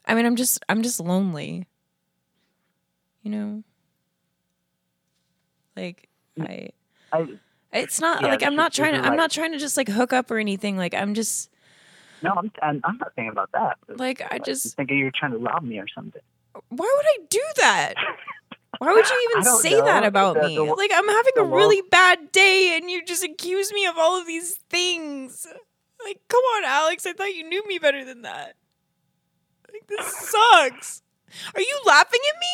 I mean, I'm just. I'm just lonely. You know. Like I.
I
It's not
Mm. Yeah,
like
this
I'm
is-
not
this
trying to.
is
I'm
like-
not trying to just like hook up or anything. Like I'm just.
no, I'm I'm, I'm not thinking about that.
Like I
I'm
just.
thinking you're trying to rob me or something.
Why would I do that? Why would you
I
even
don't
say
know.
that about
The-
me?
the wo-
like I'm having
the
a
wo-
really bad day, and you just accuse me of all of these things. Like, come on, Alex. I thought you knew me better than that. Like this sucks. Are you laughing at me?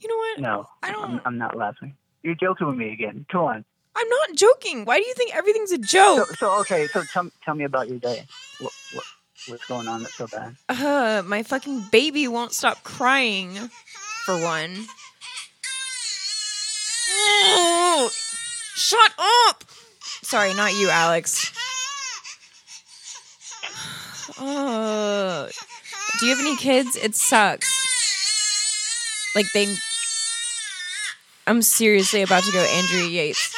You know what?
No,
I
I'm,
don't.
I'm not laughing. You're joking with me again. Come on.
I'm not joking. Why do you think everything's a joke?
So, so okay. So tell tell me about your day. What, what what's going on that's so bad?
Uh, my fucking baby won't stop crying, for one. Ugh. Shut up! Sorry, not you, Alex. Uh, do you have any kids? It sucks. Like, they. I'm seriously about to go Andrea Yates.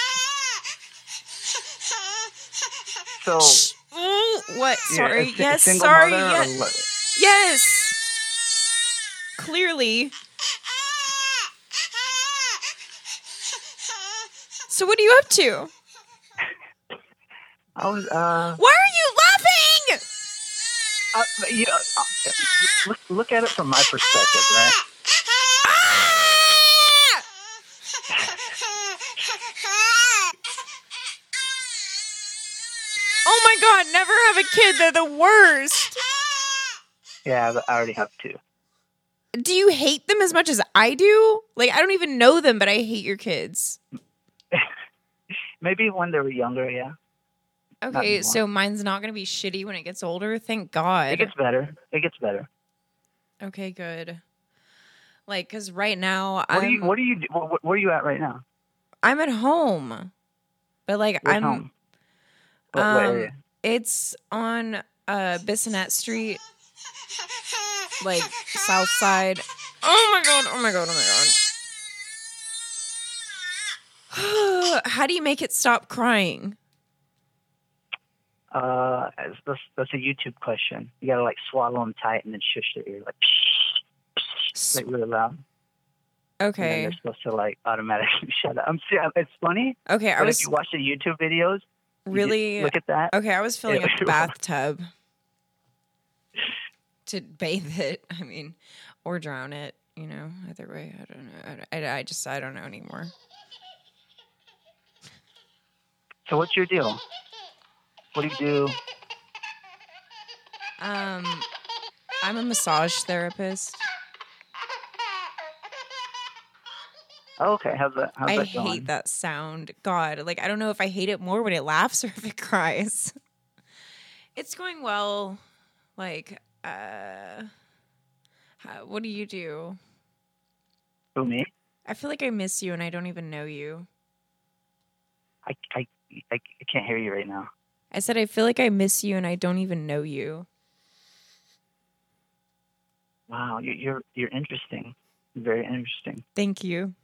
So
Shh. Ooh, what?
you're a
Sorry.
si-
yes,
single
sorry.
mother or
Yes.
what?
Yes. Clearly. So what are you up to?
I was uh.
Why are you laughing?
Uh, you know, uh, look, look at it from my perspective, right?
Ah! Oh my god, never have a kid. They're the worst.
Yeah, but I already have two.
Do you hate them as much as I do? Like I don't even know them, but I hate your kids.
Maybe when they were younger, yeah.
Okay,
anymore.
so mine's not going to be shitty when it gets older. Thank God.
It gets better. It gets better.
Okay, good. Like, cause right now
What
I'm
are you? What are you? What, where are you at right now?
I'm at home, but like
Where's
I'm
home? What, what
um,
area?
it's on uh Bissonette Street, like South Side. Oh my god! Oh my god! Oh my god! How do you make it stop crying?
Uh, that's, that's that's a YouTube question. You gotta like swallow them tight and then shush their ear like,
S-
like really loud. And then
Okay,
they're supposed to like automatically shut up. I'm see, it's funny.
okay. I
But if
was
you watch the YouTube videos, you just
really
look at that.
Okay, I was filling
Yeah.
a bathtub to bathe it. I mean, or drown it. You know, either way, I don't know. I, I- I just I don't know anymore.
So what's your deal? What do you do?
Um, I'm a massage therapist.
Oh, okay, how's that? How's
I
that going?
hate that sound. God, like I don't know if I hate it more when it laughs or if it cries. It's going well. Like, uh, how, what do you do?
for me.
I feel like I miss you and I don't even know you.
I, I, I can't hear you right now.
I said, I feel like I miss you and I don't even know you.
Wow, you- you're you're interesting, very interesting.
Thank you.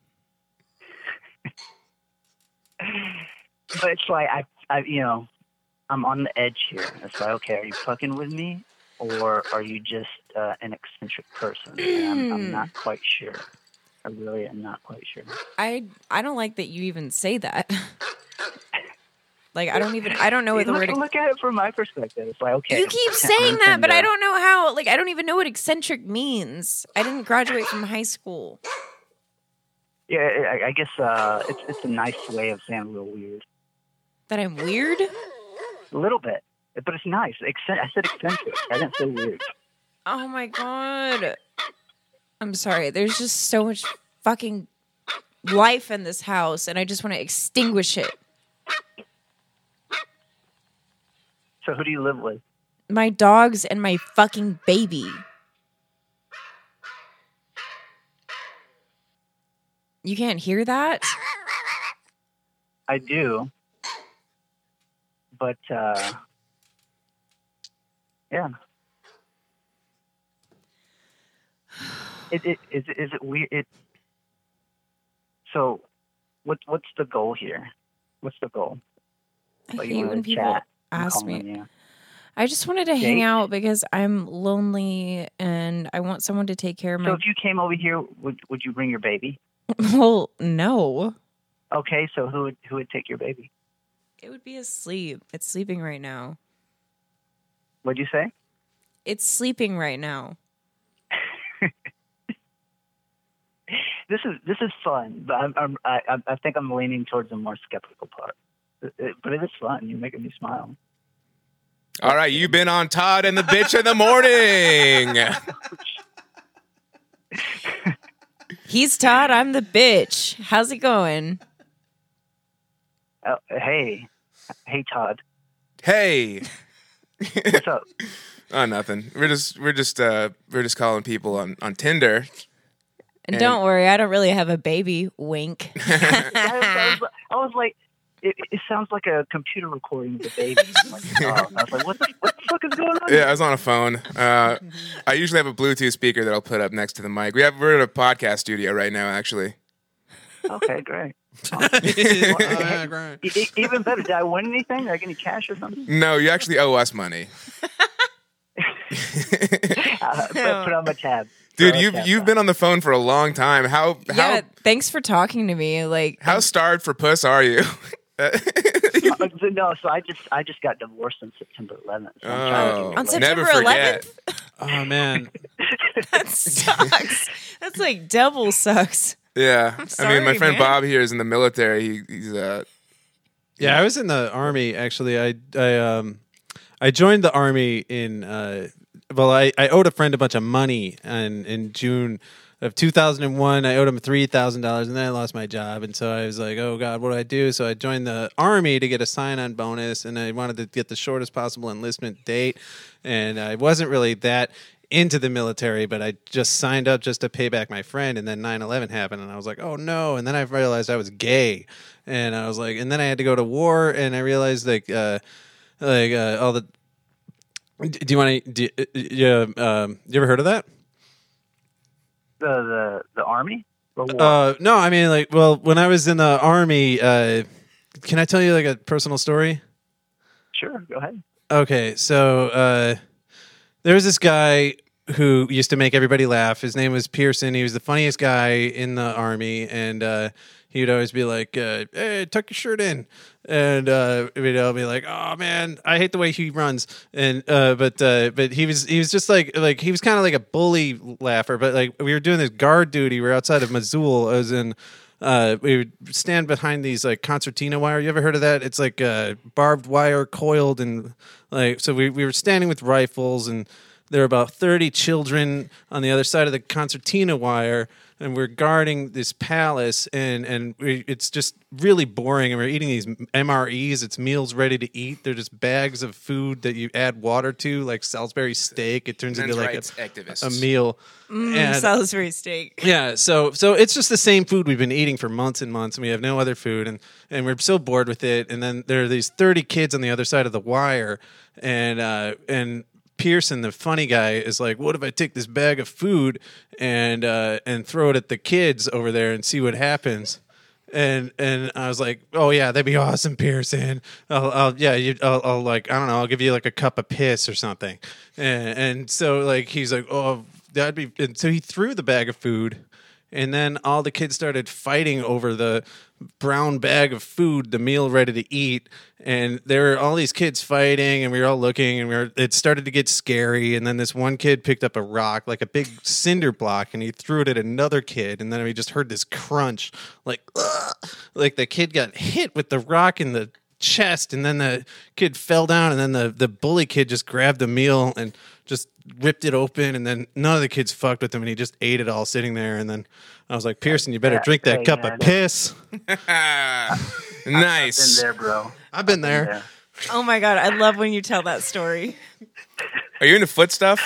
But it's like I, I, you know, I'm on the edge here. It's like, okay, are you fucking with me, or are you just uh, an eccentric person? And I'm, I'm not quite sure. I really am not quite sure.
Hmm. I I don't like that you even say that. like I don't even I don't know what the
look,
word
look at it from my perspective. It's like, okay,
You keep
I'm
saying that, but I
single.
don't know how like I don't even know what eccentric means. I didn't graduate from high school.
Yeah, I, I guess uh, it's it's a nice way of saying a little weird,
That I'm weird?
a little bit, but it's nice. Accent, I said eccentric. I didn't say weird.
Oh my god. I'm sorry. There's just so much fucking life in this house and I just want to extinguish it.
So who do you live with?
My dogs and my fucking baby. You can't hear that?
I do. But uh yeah. It, it is it- is it weird it So what what's the goal here? What's the goal?
I
Like, you
hate
wanna
when people
chat and
ask
call
me.
on you?
I just wanted to hang
Jake?
out because I'm lonely and I want someone to take care of
So
my.
if you came over here would would you bring your baby?
well, no.
Okay, so who would who would take your baby?
It would be asleep. It's sleeping right now.
What'd you say?
It's sleeping right now.
This is this is fun, but I'm, I'm I I- I think I'm leaning towards the more skeptical part. It- it- But it is fun. You're making me smile.
All right, you've been on Todd and the Bitch in the morning.
He's Todd. I'm the bitch. How's it going?
Uh, hey, hey, Todd,
hey.
what's up?
Oh, nothing. We're just we're just uh we're just calling people on on Tinder.
And,
And-
don't worry, I don't really have a baby. Wink.
I, was, I, was, I was like, it, it sounds like a computer recording of the baby. I'm like, oh. I was like, what the, what the fuck is going on?
Yeah, I was on a phone. Uh, I usually have a Bluetooth speaker that I'll put up next to the mic. We have we're at a podcast studio right now, actually.
Okay, great.
yeah, right.
E- e- even better, did I win anything? Like any cash or something?
No, you actually owe us money,
Uh, put, put on my tab.
dude.
Put on my
You've
tab.
you've been on the phone for a long time. How how
yeah. Thanks for talking to me. Like,
how starved for puss are you?
Uh, so- no, so I just I just got divorced on September 11th. So I'm trying to
Oh.
get
on
away.
September
Never forget.
11th?
Oh man,
That sucks. That's like double sucks.
yeah, I mean, my
sorry,
friend
man.
Bob here is in the military. He, he's uh,
yeah, I was in the army actually. I I um I joined the army in uh well I I owed a friend a bunch of money and in June of 2001 I owed him three thousand dollars and then I lost my job and so I was like oh god what do I do so I joined the army to get a sign on bonus and I wanted to get the shortest possible enlistment date and I wasn't really that into the military, but I just signed up just to pay back my friend. And then 9 11 happened, and I was like, oh no. And then I realized I was gay. And I was like, and then I had to go to war, and I realized like, uh, like uh, all the. Do do you want to? Do, uh, yeah, um, you ever heard of that?
the, the the army. Or what?
Uh, no, I mean like, well, when I was in the army, uh, can I tell you like a personal story?
sure, go ahead.
Okay, so uh, there was this guy who used to make everybody laugh. His name was Pearson. He was the funniest guy in the army, and uh, he would always be like, uh, "Hey, tuck your shirt in," and uh, we'd all be like, "Oh man, I hate the way he runs." And uh, but uh, but he was he was just like like he was kind of like a bully laugher. But like we were doing this guard duty. We were outside of Missoula. I was in uh, we would stand behind these like concertina wire. You ever heard of that? It's like uh, barbed wire coiled and like so we, we were standing with rifles and there were about 30 children on the other side of the concertina wire and we're guarding this palace, and and we, it's just really boring. And we're eating these MREs. It's meals ready to eat. They're just bags of food that you add water to, like Salisbury steak. It turns
Men's
into like
rights
a,
activists.
a meal. And-
Salisbury steak.
yeah, so so it's just the same food we've been eating for months and months, and we have no other food, and and we're so bored with it. And then there are these thirty kids on the other side of the wire, and uh, and Pearson, the funny guy, is like, "What if I take this bag of food and uh, and throw it at the kids over there and see what happens?" And and I was like, oh yeah, that'd be awesome, Pearson. I'll, I'll yeah, you, I'll, I'll like I don't know, I'll give you like a cup of piss or something. And, and so like he's like, oh, that'd be. And so he threw the bag of food, and then all the kids started fighting over the brown bag of food, the meal ready to eat. And there were all these kids fighting, and we were all looking, and we were. It started to get scary, and then this one kid picked up a rock, like a big cinder block, and he threw it at another kid, and then we just heard this crunch, like. "Ugh." like the kid got hit with the rock in the chest and then the kid fell down and then the, the bully kid just grabbed the meal and just ripped it open and then none of the kids fucked with him and he just ate it all sitting there and then I was like Pearson you better
Yeah,
drink that
hey,
cup
man.
of piss
Been
nice.
there, bro.
I've been there
Yeah.
Oh my god, I love when you tell that story.
Are you into foot stuff?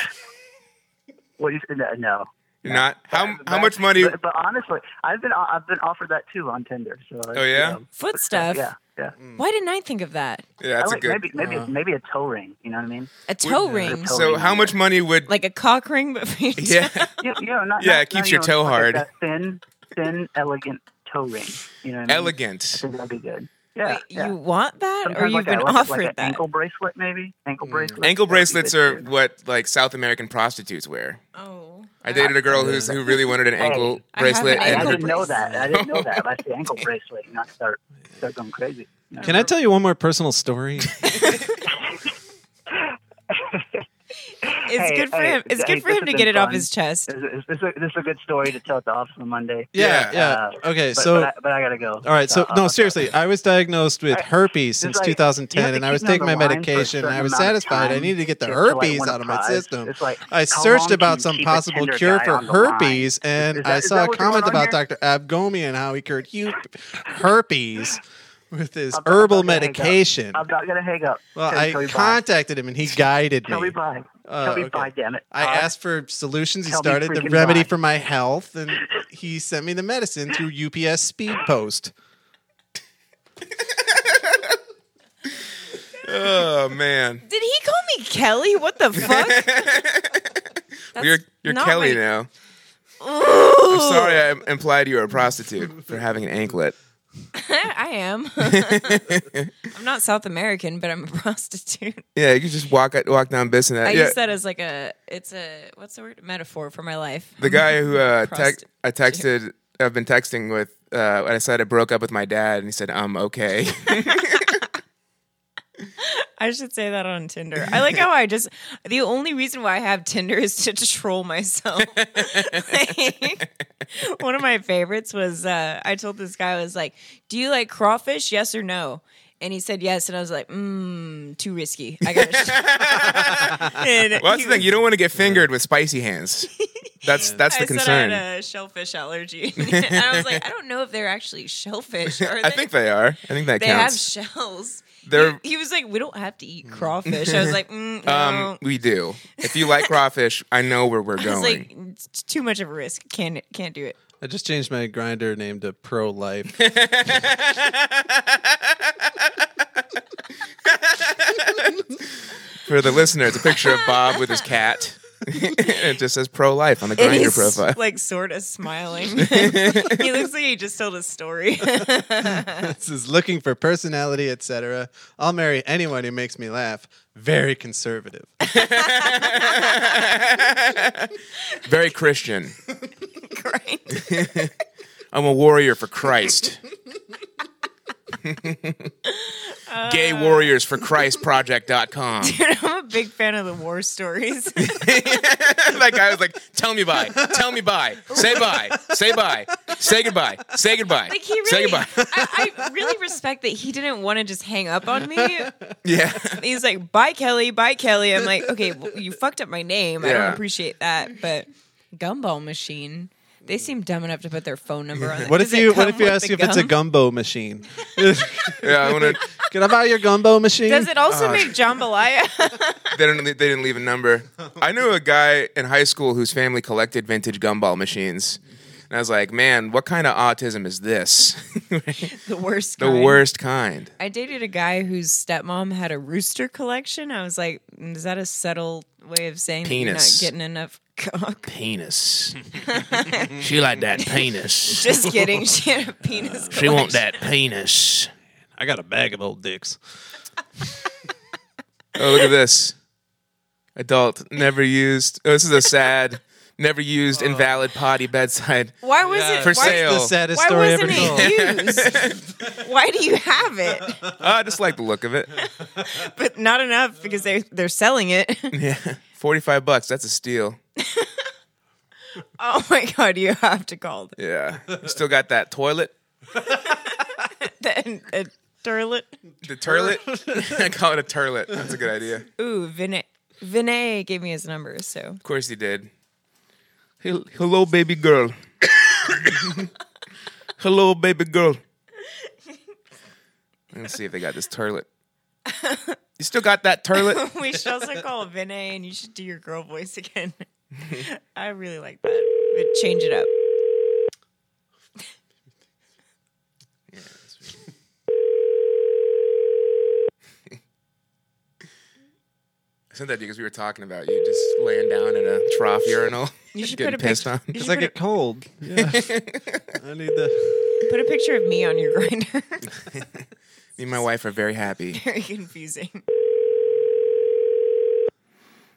What you no, no.
You're not. How
But-
how much money?
But, but honestly, I've been I've been offered that too on Tinder. So like,
Oh, yeah?
you know,
Foot stuff.
yeah, yeah.
Why didn't I think of that?
Yeah, that's a
I like
good.
maybe maybe maybe a toe ring. You know what I mean?
A toe ring,
toe-
So how much money would?
like a cock ring, but for your
Yeah.
You, you know, not,
Yeah,
not-
it keeps
not, you
your
know,
toe
like
hard.
That thin, thin, elegant toe ring. You know what I mean?
Elegant.
I think that'd be good. Yeah,
Wait,
yeah.
You want that,
Sometimes
or you've
like
been
a, like,
offered
like an
that?
ankle bracelet, maybe ankle bracelet.
Mm. Ankle
That'd be
bracelets
good,
are
too.
what like South American prostitutes wear.
Oh,
Uh,
I dated a girl who's who really wanted an ankle
I have
bracelet.
an
I, I
and
ankle
her,
didn't know that. I didn't know that. That's the ankle bracelet. You know, I start start going crazy. You know?
can I tell you one more personal story
it's
Hey,
good for
hey,
him. It's
hey,
good for
this
him to
has
get
been
it off
fun.
his chest.
This is, this, is a, this is a good story to tell at the office on Monday.
yeah yeah,
Uh,
okay
but,
so
but I, but I gotta go.
all right so
uh,
no
uh,
seriously I was diagnosed with
I-
herpes
It's
since
like, you
2010
have to
and I was
keep me on
taking my
the line for a
medication and
certain
I was
amount of
satisfied I
time
needed to get the
to, like,
herpes
win a
out of my
prize.
system
It's like,
I
how long
searched
can
about
you
some
keep a
possible
Tinder
cure
guy
for
on the line?
herpes, and
Is that-
I
is
saw
that
a
what's going
comment
on
about
here?
Dr. Abgomi and how he cured hu- herpes with his
I'm not- I'm
herbal
not gonna hang up.
medication.
I'm not gonna hang up.
Well,
Tell-
I
tell me bye.
contacted him, and he guided
Tell me
me.
bye.
Oh,
Uh,
tell me
okay.
bye. Damn it.
I
Uh,
asked for solutions. He
tell me
started the
freaking
remedy
bye.
for my health, and he sent me the medicine through UPS Speed Post.
oh man,
Did he call me Kelly? What the fuck? That's
you're you're
not
Kelly
my-
now.
Ooh.
I'm sorry I im- implied you were a prostitute for having an anklet.
I am. I'm not South American, but I'm a prostitute.
Yeah, you could just walk walk down Bissonnette.
I
Uh, yeah,
use that as like a it's a what's the word metaphor for my life.
the guy who uh,
Prosti-
tec- I texted, I've been texting with. Uh, I said I broke up with my dad, and he said I'm okay.
I should say that on Tinder. I like how I just the only reason why I have Tinder is to troll myself. Like, one of my favorites was uh, I told this guy I was like, "Do you like crawfish? Yes or no?" And he said yes, and I was like, "Mmm, too risky. I got."
well, that's the thing. You don't want to get fingered with spicy hands. That's that's the
I
concern.
said I had a shellfish allergy. and I was like, I don't know if they're actually shellfish. Are they?
I think they are. I think that
they have
counts.
shells.
They're- Mm.
he, he was like, we don't have to eat crawfish. I was like, mm, no.
um, we do. If you like crawfish, I know where we're
I was
going.
like, it's too much of a risk. Can't can't do it.
I just changed my grinder name to Pro Life.
For the listener, it's a picture of Bob with his cat. it just says pro life on the
It
grinder
is
profile.
like sort of smiling. he looks like he just told a story.
This is looking for personality, etc. I'll marry anyone who makes me laugh. Very conservative.
Very Christian.
right?
I'm a warrior for Christ. Gay warriors for Christ project.com.
I'm a big fan of the war stories.
that guy was like, tell me bye, tell me bye, say bye, say bye, say goodbye, say goodbye,
Like he
say
really,
goodbye.
I, I really respect that he didn't want to just hang up on me.
Yeah.
He's like, "Bye, Kelly. Bye, Kelly." I'm like, "Okay, well, you fucked up my name. I
Yeah.
don't appreciate that." But gumball machine. They seem dumb enough to put their phone number on. it.
What if
Does it
you What
come
if you
with
ask
the
if it's a gumbo machine? Can
Yeah, I wanna,
I buy your gumbo machine?
Does it
Uh,
also make jambalaya?
they didn't they didn't leave a number. I knew a guy in high school whose family collected vintage gumball machines. And I was like, man, what kind of autism is this?
the worst.
the
kind.
worst kind.
I dated a guy whose stepmom had a rooster collection. I was like, "Mm, is that a subtle way of saying that you're not
Penis.
getting enough cock?
Penis. she like that penis.
Just kidding. She had a penis.
She
collection.
want that penis.
I got a bag of old dicks.
Oh, look at this. Adult, never used. Oh, this is a sad, never used, invalid potty bedside.
Why was it
For
why,
sale.
That's the saddest
Why
story ever
wasn't
told.
it used? why do you have it?
Ah, I just like the look of it.
But not enough because they they're selling it.
Yeah. 45 bucks. That's a steal.
oh my god, you have to call it
Yeah. Still got that toilet.
the, the toilet.
The turlet. I call it a turlet. That's a good idea. Of
Ooh, Vinay. Vinay gave me his number, so
course he did. Hel- Hello, baby girl. Hello, baby girl. Let's see if they got this turlet. You still got that turlet?
we should also call Vinay, and you should do your girl voice again. I really like that. But change it up.
I said that because we were talking about you just laying down in a trough urinal.
You should put
Getting
a
pissed
picture.
on.
You
Because
should
I
put,
get cold. Yeah. I need the.
a, put a picture of me on your grinder.
Me and my wife are very happy.
Very confusing.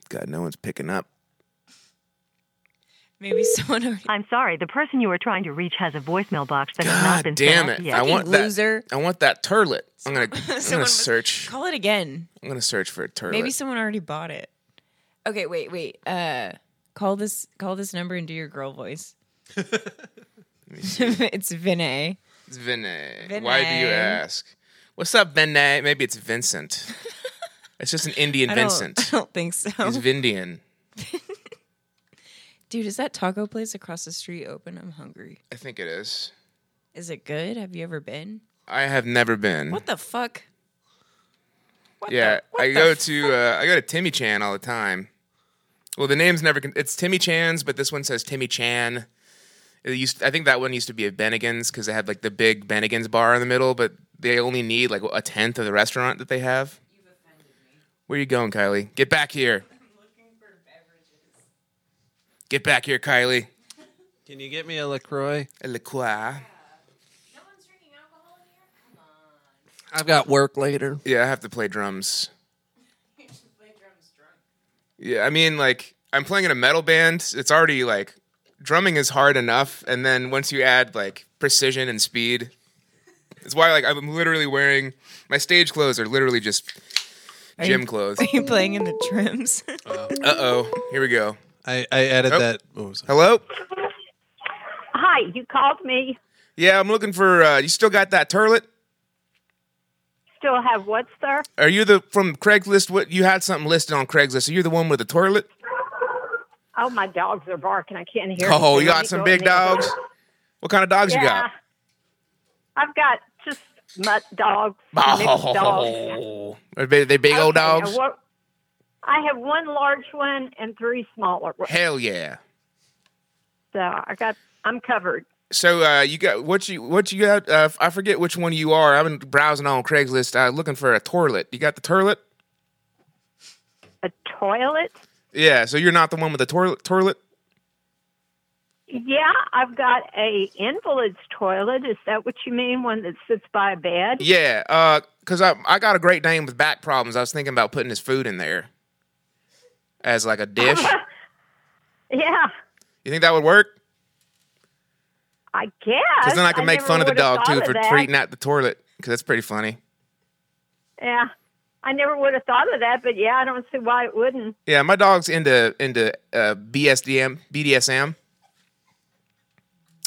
God, no one's picking up.
Maybe someone already
I'm sorry, the person you are trying to reach has a voicemail box that has not
God
been
damn
set
it!
up yet.
I want that.
loser.
I want that turlet. I'm gonna. I'm
Someone
gonna
must-
search.
Call it again.
I'm gonna search for a turlet.
Maybe someone already bought it. Okay, wait, wait. Uh call this call this number and do your girl voice. it's Vinay.
it's Vinay. Why do you
Vinay.
ask? What's up, Vinay? Maybe it's Vincent. it's just an Indian
I don't-
Vincent.
I don't think so.
He's Vindian.
Dude, is that taco place across the street open? I'm hungry.
I think it is.
Is it good? Have you ever been?
I have never been.
What the fuck? What the-
Yeah,
what
I
the
go
f-
to uh, I go to Timmy Chan all the time. Well, the name's never con- it's Timmy Chan's, but this one says Timmy Chan. It used, I think that one used to be a Bennigan's because they had like the big Bennigan's bar in the middle, but they only need like a tenth of the restaurant that they have. Where you going, Kylie? Get back here. Get back here, Kylie.
Can you get me a Lacroix?
A LaCroix.
I've got work later.
Yeah, I have to play drums. Yeah, I mean, like, I'm playing in a metal band. It's already like drumming is hard enough, and then once you add like precision and speed, it's why like I'm literally wearing my stage clothes are literally just
you-
gym clothes.
Are you playing in the trims?
Uh oh, here we go.
I, I added
Oh.
that. What was that?
Hello.
Hi, you called me.
Yeah, I'm looking for. uh You still got that turlet?
Still have what, sir?
Are you the from Craigslist? What you had something listed on Craigslist? Are you the one with the toilet?
Oh, my dogs are barking. I can't hear.
Oh, you
anything. Let me
got some
go in
big
there.
dogs. What kind of dogs
Yeah.
you got?
I've got just mutt dogs, mixed dogs.
Oh, are they, they Oh, big old
Okay, now
dogs?
what- I have one large one and three smaller ones.
Hell yeah!
So I got, I'm covered.
So uh, you got what you what you got? Uh, I forget which one you are. I've been browsing on Craigslist uh, looking for a toilet. You got the toilet?
A toilet?
Yeah. So you're not the one with the toilet toilet.
Yeah, I've got a invalid's toilet. Is that what you mean? One that sits by a bed?
Yeah. Uh, cause I I got a great name with back problems. I was thinking about putting his food in there as like a dish.
Yeah,
you think that would work?
I guess.
Because then I can make
never
fun of the
would've
dog
thought
too
of
for
that.
treating out the toilet. Because that's pretty funny.
Yeah. I never would have thought of that, but yeah, I don't see why it wouldn't.
Yeah, my dog's into into uh, BSDM, BDSM.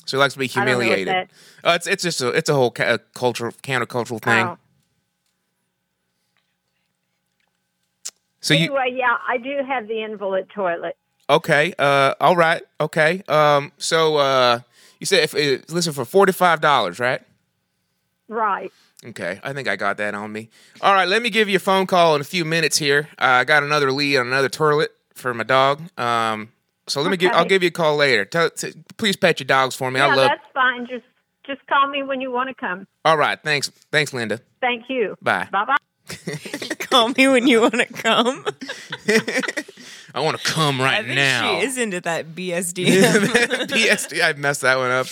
So he likes to be
I don't know what
humiliated.
that-
Uh, it's it's just a it's a whole ca- a cultural countercultural thing.
Oh.
so you
Anyway, yeah, I do have the invalid toilet.
Okay. Uh, all right. Okay. Um, so uh, you said if uh, listen for forty five dollars, right?
Right.
Okay, I think I got that on me. All right, let me give you a phone call in a few minutes here. Uh, I got another lead on another toilet for my dog. Um, so let me give. I'll
Okay.
give you a call later. Tell, t- please pet your dogs for me.
yeah,
I love.
that's fine. Just just call me when you want to come.
All right, thanks, thanks, Linda.
Thank you.
Bye.
Bye bye.
Call me when you want to come.
I want to come
I
right
think
now.
she is into that BSD.
PSD, I messed that one up.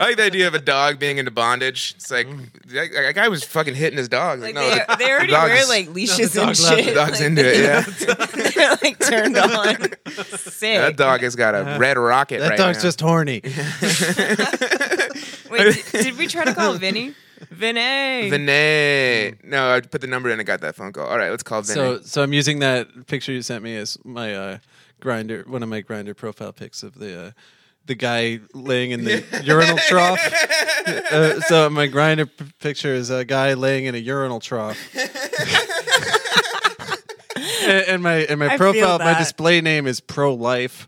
I like the idea of a dog being into bondage. It's like that, that guy was fucking hitting his dog.
like
Like, no,
they,
the-
they already
the dog
wear
is-
like leashes and
the
shit.
dog's
like,
into it. Yeah,
They're like turned on. Sick.
that dog has got a red rocket
Uh-huh. That
right
dog's
now.
just horny.
Wait, did, did we try to call Vinny? Vinny.
Vinay. No, I put the number in and got that phone call. All right, let's call Vinay.
So, so I'm using that picture you sent me as my uh, grinder, one of my grinder profile pics of the uh, the guy laying in the urinal trough. Uh, so my grinder p- picture is a guy laying in a urinal trough. and, and my and my
I feel
profile, my
that.
display name is pro life.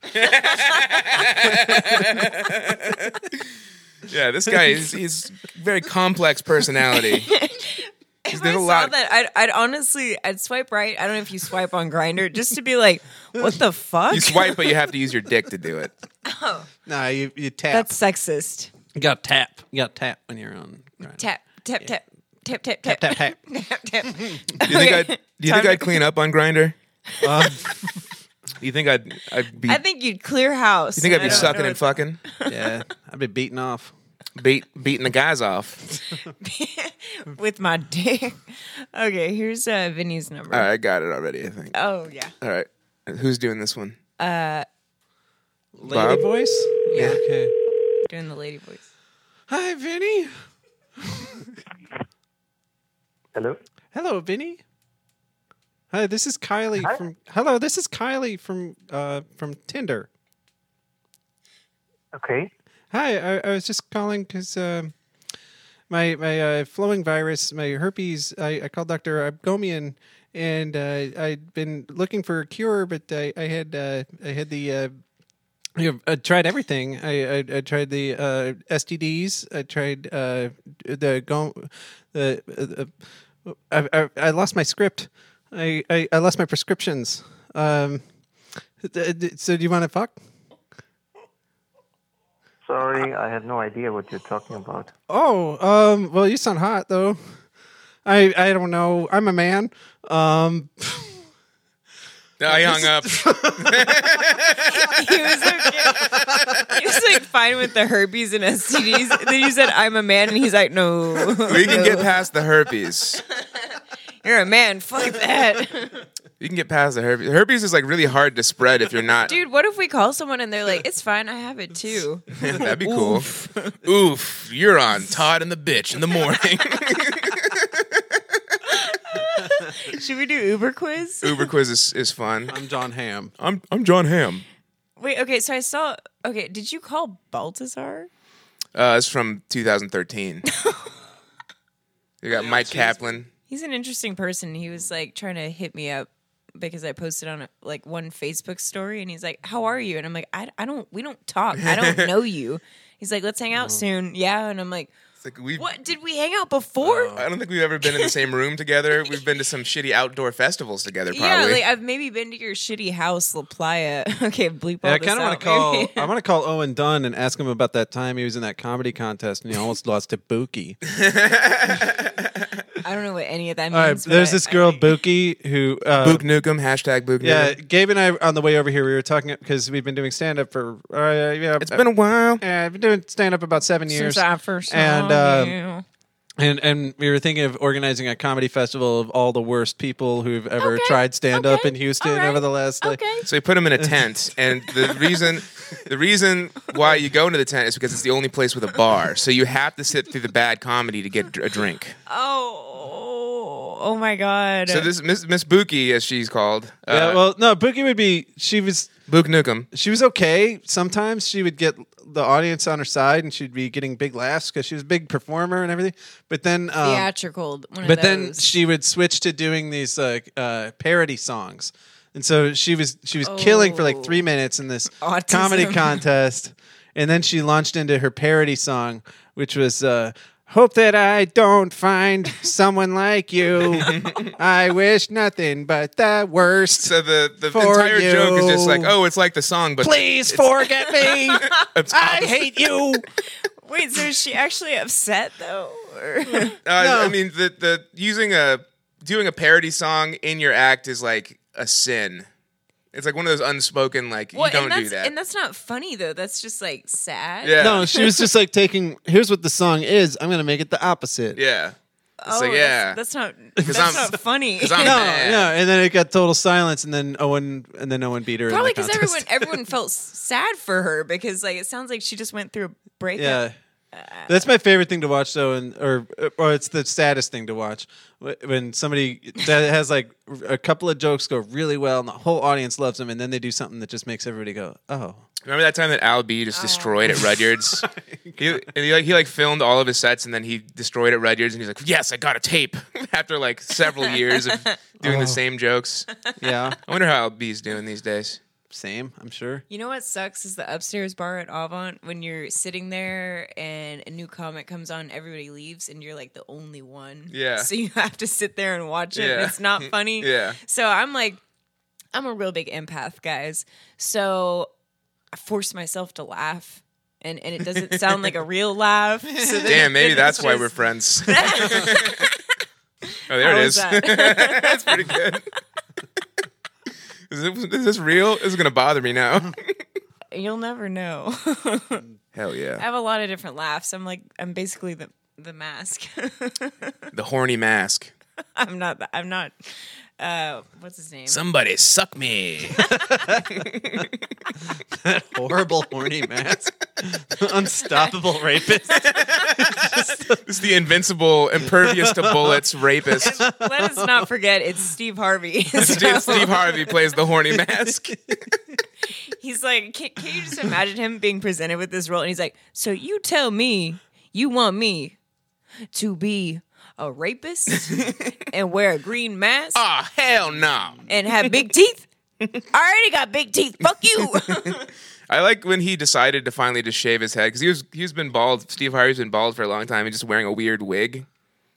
yeah, this guy is he's very complex personality.
If
did
I
a
saw
lot.
that, I'd, I'd honestly, I'd swipe right. I don't know if you swipe on Grinder just to be like, what the fuck?
You swipe, but you have to use your dick to do it.
Nah, you you tap.
That's sexist.
you got tap. You got tap when you're on. Grindr.
Tap, tap, tap. Tap tap tap
Tap, tap, tap.
tap tap.
Do you think
Okay.
I'd, do you think
Time
I'd clean up on Grinder?
Um,
Do you think I'd I'd be?
I think you'd clear house.
you think I'd be
I don't
sucking
know
and fucking,
yeah, I've been beating off.
beat beating the guys off?
what- with my dick. Okay, here's uh, Vinny's number.
All right, I got it already. I think.
Oh yeah,
All right, who's doing this one?
Lady
Bob?
voice.
Yeah.
Okay.
doing the lady voice.
Hi, Vinny.
Hello.
Hello, Vinny. Hi, this is Kylie from. Hello, this is Kylie from uh, from Tinder.
Okay.
Hi, I, I was just calling because um my my uh, flowing virus, my herpes. I, I called Doctor Abgomian, and uh, I'd been looking for a cure, but I, I had uh, I had the. Uh, you know, I tried everything. I, I, I tried the uh, STDs. I tried uh, the go. The, uh, the I, I I lost my script. I, I, I lost my prescriptions. Um, th- th- so do you want to fuck?
Sorry, I have no idea what you're talking about.
Oh, um, well, you sound hot though. I I don't know. I'm a man. Um,
No, I hung up.
He was okay. He was like fine with the herpes and STDs. And then you said I'm a man, and he's like, no,
We can get past the herpes.
you're a man. Fuck that.
You can get past the herpes. Herpes is like really hard to spread if you're not.
Dude, what if we call someone and they're like, it's fine, I have it too?
That'd be cool. Oof. you're on Todd and the bitch in the morning.
Should we do Uber quiz?
Uber quiz is, is fun.
I'm John Ham.
I'm I'm John Ham.
Wait, okay, so I saw. Okay, did you call Baltazar?
Uh, it's from 2013. you got Mike Kaplan.
He's an interesting person. He was like trying to hit me up because I posted on like one Facebook story and he's like, How are you? And I'm like, I, I don't, we don't talk. I don't know you. He's like, Let's
Mm-hmm.
hang out soon. Yeah. And I'm like,
It's like we.
What? Did we hang out before?
Uh,
I don't think we've ever been in the same room together. We've been to some shitty outdoor festivals together,
yeah,
probably.
like I've maybe been to your shitty house, La Playa. okay, bleep all
Yeah, I
this
kind of want
out.
to call.
maybe.
I want to call Owen Dunn and ask him about that time he was in that comedy contest and he almost lost to Buki.
I don't know what any of that means.
All right,
but
there's
I-
this
I-
girl Buki who uh,
Book Nukem hashtag Book
Yeah,
Nukem.
Gabe and I on the way over here we were talking because we've been doing stand up for uh, yeah.
It's been a while.
yeah, I've been doing stand up about seven years.
Since I first
and,
saw
um,
you.
And and we were thinking of organizing a comedy festival of all the worst people who've ever
Okay,
tried stand up
okay,
in Houston
all right,
over the last like
Okay.
So we put him in a tent, and the reason, the reason why you go into the tent is because it's the only place with a bar. So you have to sit through the bad comedy to get a drink.
Oh, oh my God.
So this Miss Miss Buki, as she's called, uh,
Yeah, well, no, Boogie would be she was
Book Nukem.
she was okay. Sometimes she would get the audience on her side and she'd be getting big laughs because she was a big performer and everything. But then um,
theatrical. One
but
of
then
those.
she would switch to doing these like uh, parody songs. And so she was she was killing for like three minutes in this comedy
Oh. Autism.
contest, and then she launched into her parody song, which was. Uh, Hope that I don't find someone like you. I wish nothing but the worst.
So the the
For
entire joke is just like,
you.
oh, it's like the song, but
Please
it's-
forget me.
it's-
I hate you.
Wait, so is she actually upset though? Or...
Uh,
No.
I mean, the the using a doing a parody song in your act is like a sin. It's like one of those unspoken like
Well,
you don't
and that's
do that.
and that's not funny though. That's just like sad.
yeah,
No, she was just like taking. Here's what the song is. I'm gonna make it the opposite.
yeah.
Oh,
like, yeah.
That's, that's not. That's
I'm-
not funny.
'Cause I'm
No,
mad.
no, and then it got total silence, and then Owen, and then Owen beat her.
Probably
because
because everyone everyone felt sad for her because like it sounds like she just went through a breakup.
Yeah. That's my favorite thing to watch, though, and or or it's the saddest thing to watch Wh- when somebody that has like a couple of jokes go really well, and the whole audience loves them, and then they do something that just makes everybody go, "Oh,
Remember that time that Al B just destroyed
Oh.
at Rudyard's? he, and he like he like filmed all of his sets and then he destroyed at Rudyard's and he's like, yes, I got a tape after like several years of doing the same jokes.
yeah,
I wonder how Al B's doing these days.
same." I'm sure.
You know what sucks is the upstairs bar at Avant when you're sitting there and a new comic comes on, everybody leaves, and you're like the only one.
Yeah.
So you have to sit there and watch it. and
Yeah.
It's not funny.
Yeah.
So I'm like, I'm a real big empath, guys. So I force myself to laugh, and, and it doesn't sound like a real laugh. So then-
Damn, maybe
then
that's
it's
why
just-
we're friends. oh, there
How
it
was
is.
that?
that's pretty good. Is, it, is this real? This is gonna bother me now.
You'll never know.
Hell
I
yeah!
have a lot of different laughs. I'm like, I'm basically the the mask.
The horny mask.
I'm not. the- I'm not. Uh, what's his name?
Somebody suck me.
Horrible horny mask, unstoppable rapist.
This is the invincible, impervious to bullets rapist.
Let us not forget it's Steve Harvey.
Steve,
So
Steve Harvey plays the horny mask.
he's like, can, can you just imagine him being presented with this role? And he's like, so you tell me you want me to be a rapist and wear a green mask
Ah, hell no.
and have big teeth? I already got big teeth. Fuck you.
I like when he decided to finally just shave his head because he was he's been bald. Steve Harvey's been bald for a long time and just wearing a weird wig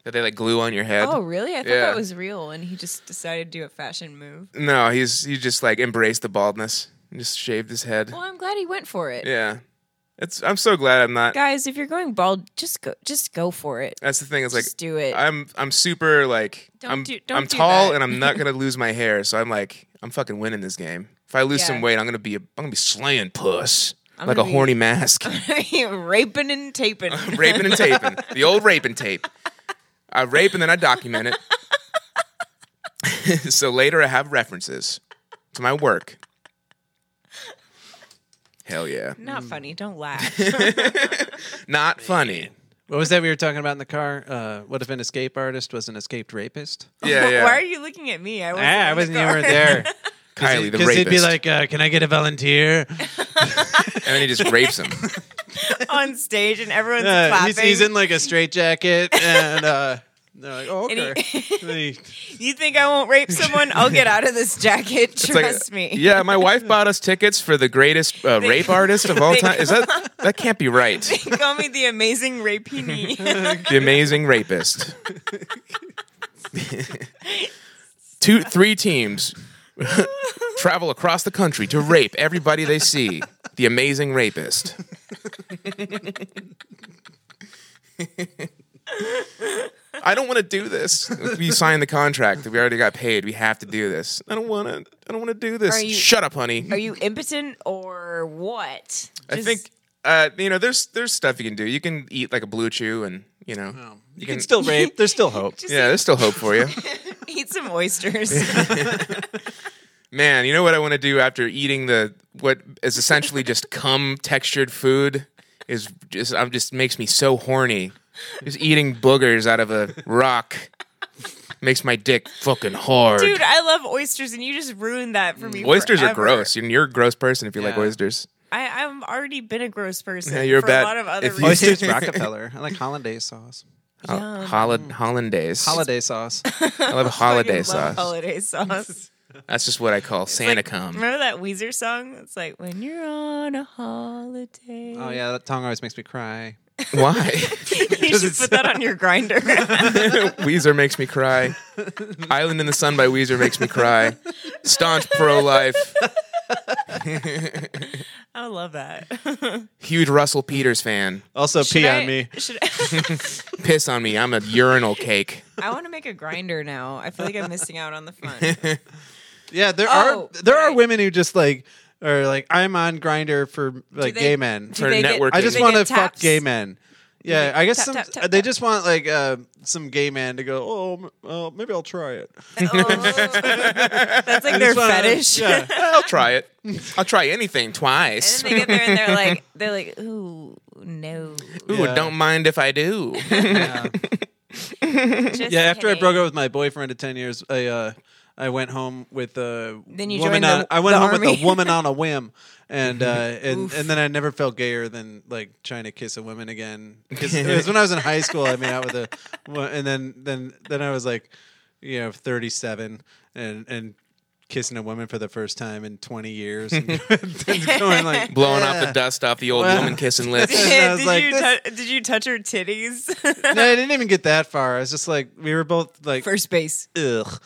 that they like glue on your head.
oh, really? I thought
Yeah.
that was real, and he just decided to do a fashion move.
No, he's he just like embraced the baldness and just shaved his head.
Well, I'm glad he went for it.
Yeah. It's I'm so glad I'm not
Guys, if you're going bald, just go. Just go for it.
that's the thing, it's like
just do it.
I'm I'm super like
Don't
I'm
do- don't
I'm
do
tall
that.
and I'm not gonna lose my hair, so I'm like I'm fucking winning this game. If I lose
Yeah.
some weight, I'm gonna be a, I'm gonna be slaying puss.
I'm
like a
gonna be-
horny mask.
raping and taping.
raping and taping. The old raping tape. I rape and then I document it. so later I have references to my work. Hell yeah.
Not funny. Don't laugh.
Not funny.
What was that we were talking about in the car? Uh, what if an escape artist was an escaped rapist?
Yeah, yeah.
Why are you looking at me? I wasn't,
Ah, I
in the
wasn't
car.
even there.
Kylie, the
Because
rapist.
he'd be like, uh, "Can I get a volunteer?"
and then he just rapes him.
on stage, and everyone's
Uh,
clapping.
he's, he's in like a straitjacket, and uh, they're like, "Oh, okay."
And
And he-
you think I won't rape someone? I'll get out of this jacket.
It's like,
Trust me.
Yeah, my wife bought us tickets for the greatest uh, rape artist of all
they-
time. Is that that can't be right?
Call me the amazing rapini.
The amazing rapist. Two, three teams travel across the country to rape everybody they see. The amazing rapist. I don't want to do this. We signed the contract. We already got paid. We have to do this. I don't want to. I don't want to do this.
Are you-
Shut up, honey.
Are you impotent or what?
I
Just-
think uh, you know. There's there's stuff you can do. You can eat like a blue chew, and you know.
you can still rape. There's still hope.
yeah, there's still hope for you.
eat some oysters.
Man, you know what I want to do after eating the what is essentially just cum textured food is just I'm just makes me so horny. Just eating boogers out of a rock makes my dick fucking hard.
Dude, I love oysters, and you just ruined that for me.
Mm, oysters are
forever.
gross. You're, you're a gross person if you like
Yeah.
oysters.
I, I've already been a gross person.
Yeah, you're
for
bad-
a lot of other
if you-
reasons.
Oysters, Oh, Rockefeller. I like hollandaise sauce.
Ho-
Yum.
Holla- hollandaise.
Holiday sauce.
I love holiday
Fucking love
sauce.
Holiday sauce.
That's just what I call Santa
like,
come.
Remember that Weezer song? It's like when you're on a holiday.
Oh yeah, that tongue always makes me cry.
Why?
you should
it's-
put that on your grinder.
Weezer makes me cry. Island in the Sun by Weezer makes me cry. Staunch pro life.
I love that.
Huge Russell Peters fan.
Also,
Should
pee
I-
on me.
Should I,
Piss on me. I'm a urinal cake.
I want to make a grinder now. I feel like I'm missing out on the fun.
Yeah, there
Oh,
are there are
right.
women who just like are like I'm on grinder for like
they-
gay men.
do
For
they get-
networking.
I
do
just
they
want to
get
fuck
taps?
gay men. Yeah,
get
I guess
tap,
some
tap, tap,
they
tap?
just want like uh, some gay man to go. Oh, m- oh, maybe I'll try it.
Oh. That's like
I
their
just wanna-
fetish.
yeah.
I'll try it. I'll try anything
And
twice.
then they get there and they're like, they're like, ooh, no.
Ooh,
Yeah.
don't mind if I do.
Just
yeah, after I
kidding.
broke up with my boyfriend of ten years, I uh, I went home with a
Then you joined
woman.
the-
on, I went
the
home with
army.
a woman on a whim, and uh, and and then I never felt gayer than like trying to kiss a woman again. 'Cause it was when I was in high school. I made out with a, wo- and then then then I was like, you know, thirty seven, and and. Kissing a woman for the first time in 20 years, and, going like
Blowing off
"Yeah."
the dust off the old
Well-
woman kissing lips.
And I was
did,
like,
you
this-
tou- did you touch her titties?
No, I didn't even get that far. I was just like, we were both like,
First base.
ugh.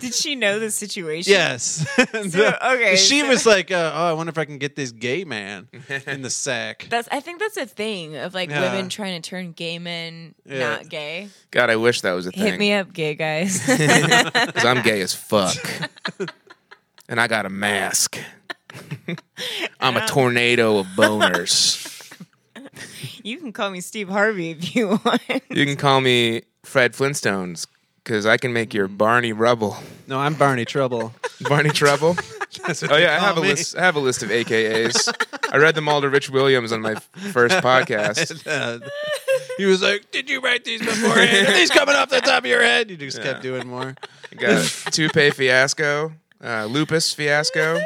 Did she know the situation?
Yes. And,
So,
uh,
okay,
She
so-
was like, uh, "Oh, I wonder if I can get this gay man in the sack."
That's. I think that's a thing of like
Yeah.
women trying to turn gay men
Yeah.
not gay.
God, I wish that was a
Hit
thing.
me up, gay guys.
Because I'm gay as fuck. and I got a mask. I'm a tornado of boners.
you can call me Steve Harvey if you want. Oh
You can call me Fred Flintstones because I can make your Barney Rubble.
no, I'm Barney Trouble.
Barney Trouble?
That's what
Oh
they
yeah, I
call
have a
me.
list. I have a list of AKAs. I read them all to Rich Williams on my f- first podcast.
And, uh, he was like, "Did you write these beforehand? Are these coming off the top of your head?" You just kept doing more.
I Got Toupe Fiasco, uh, Lupus Fiasco,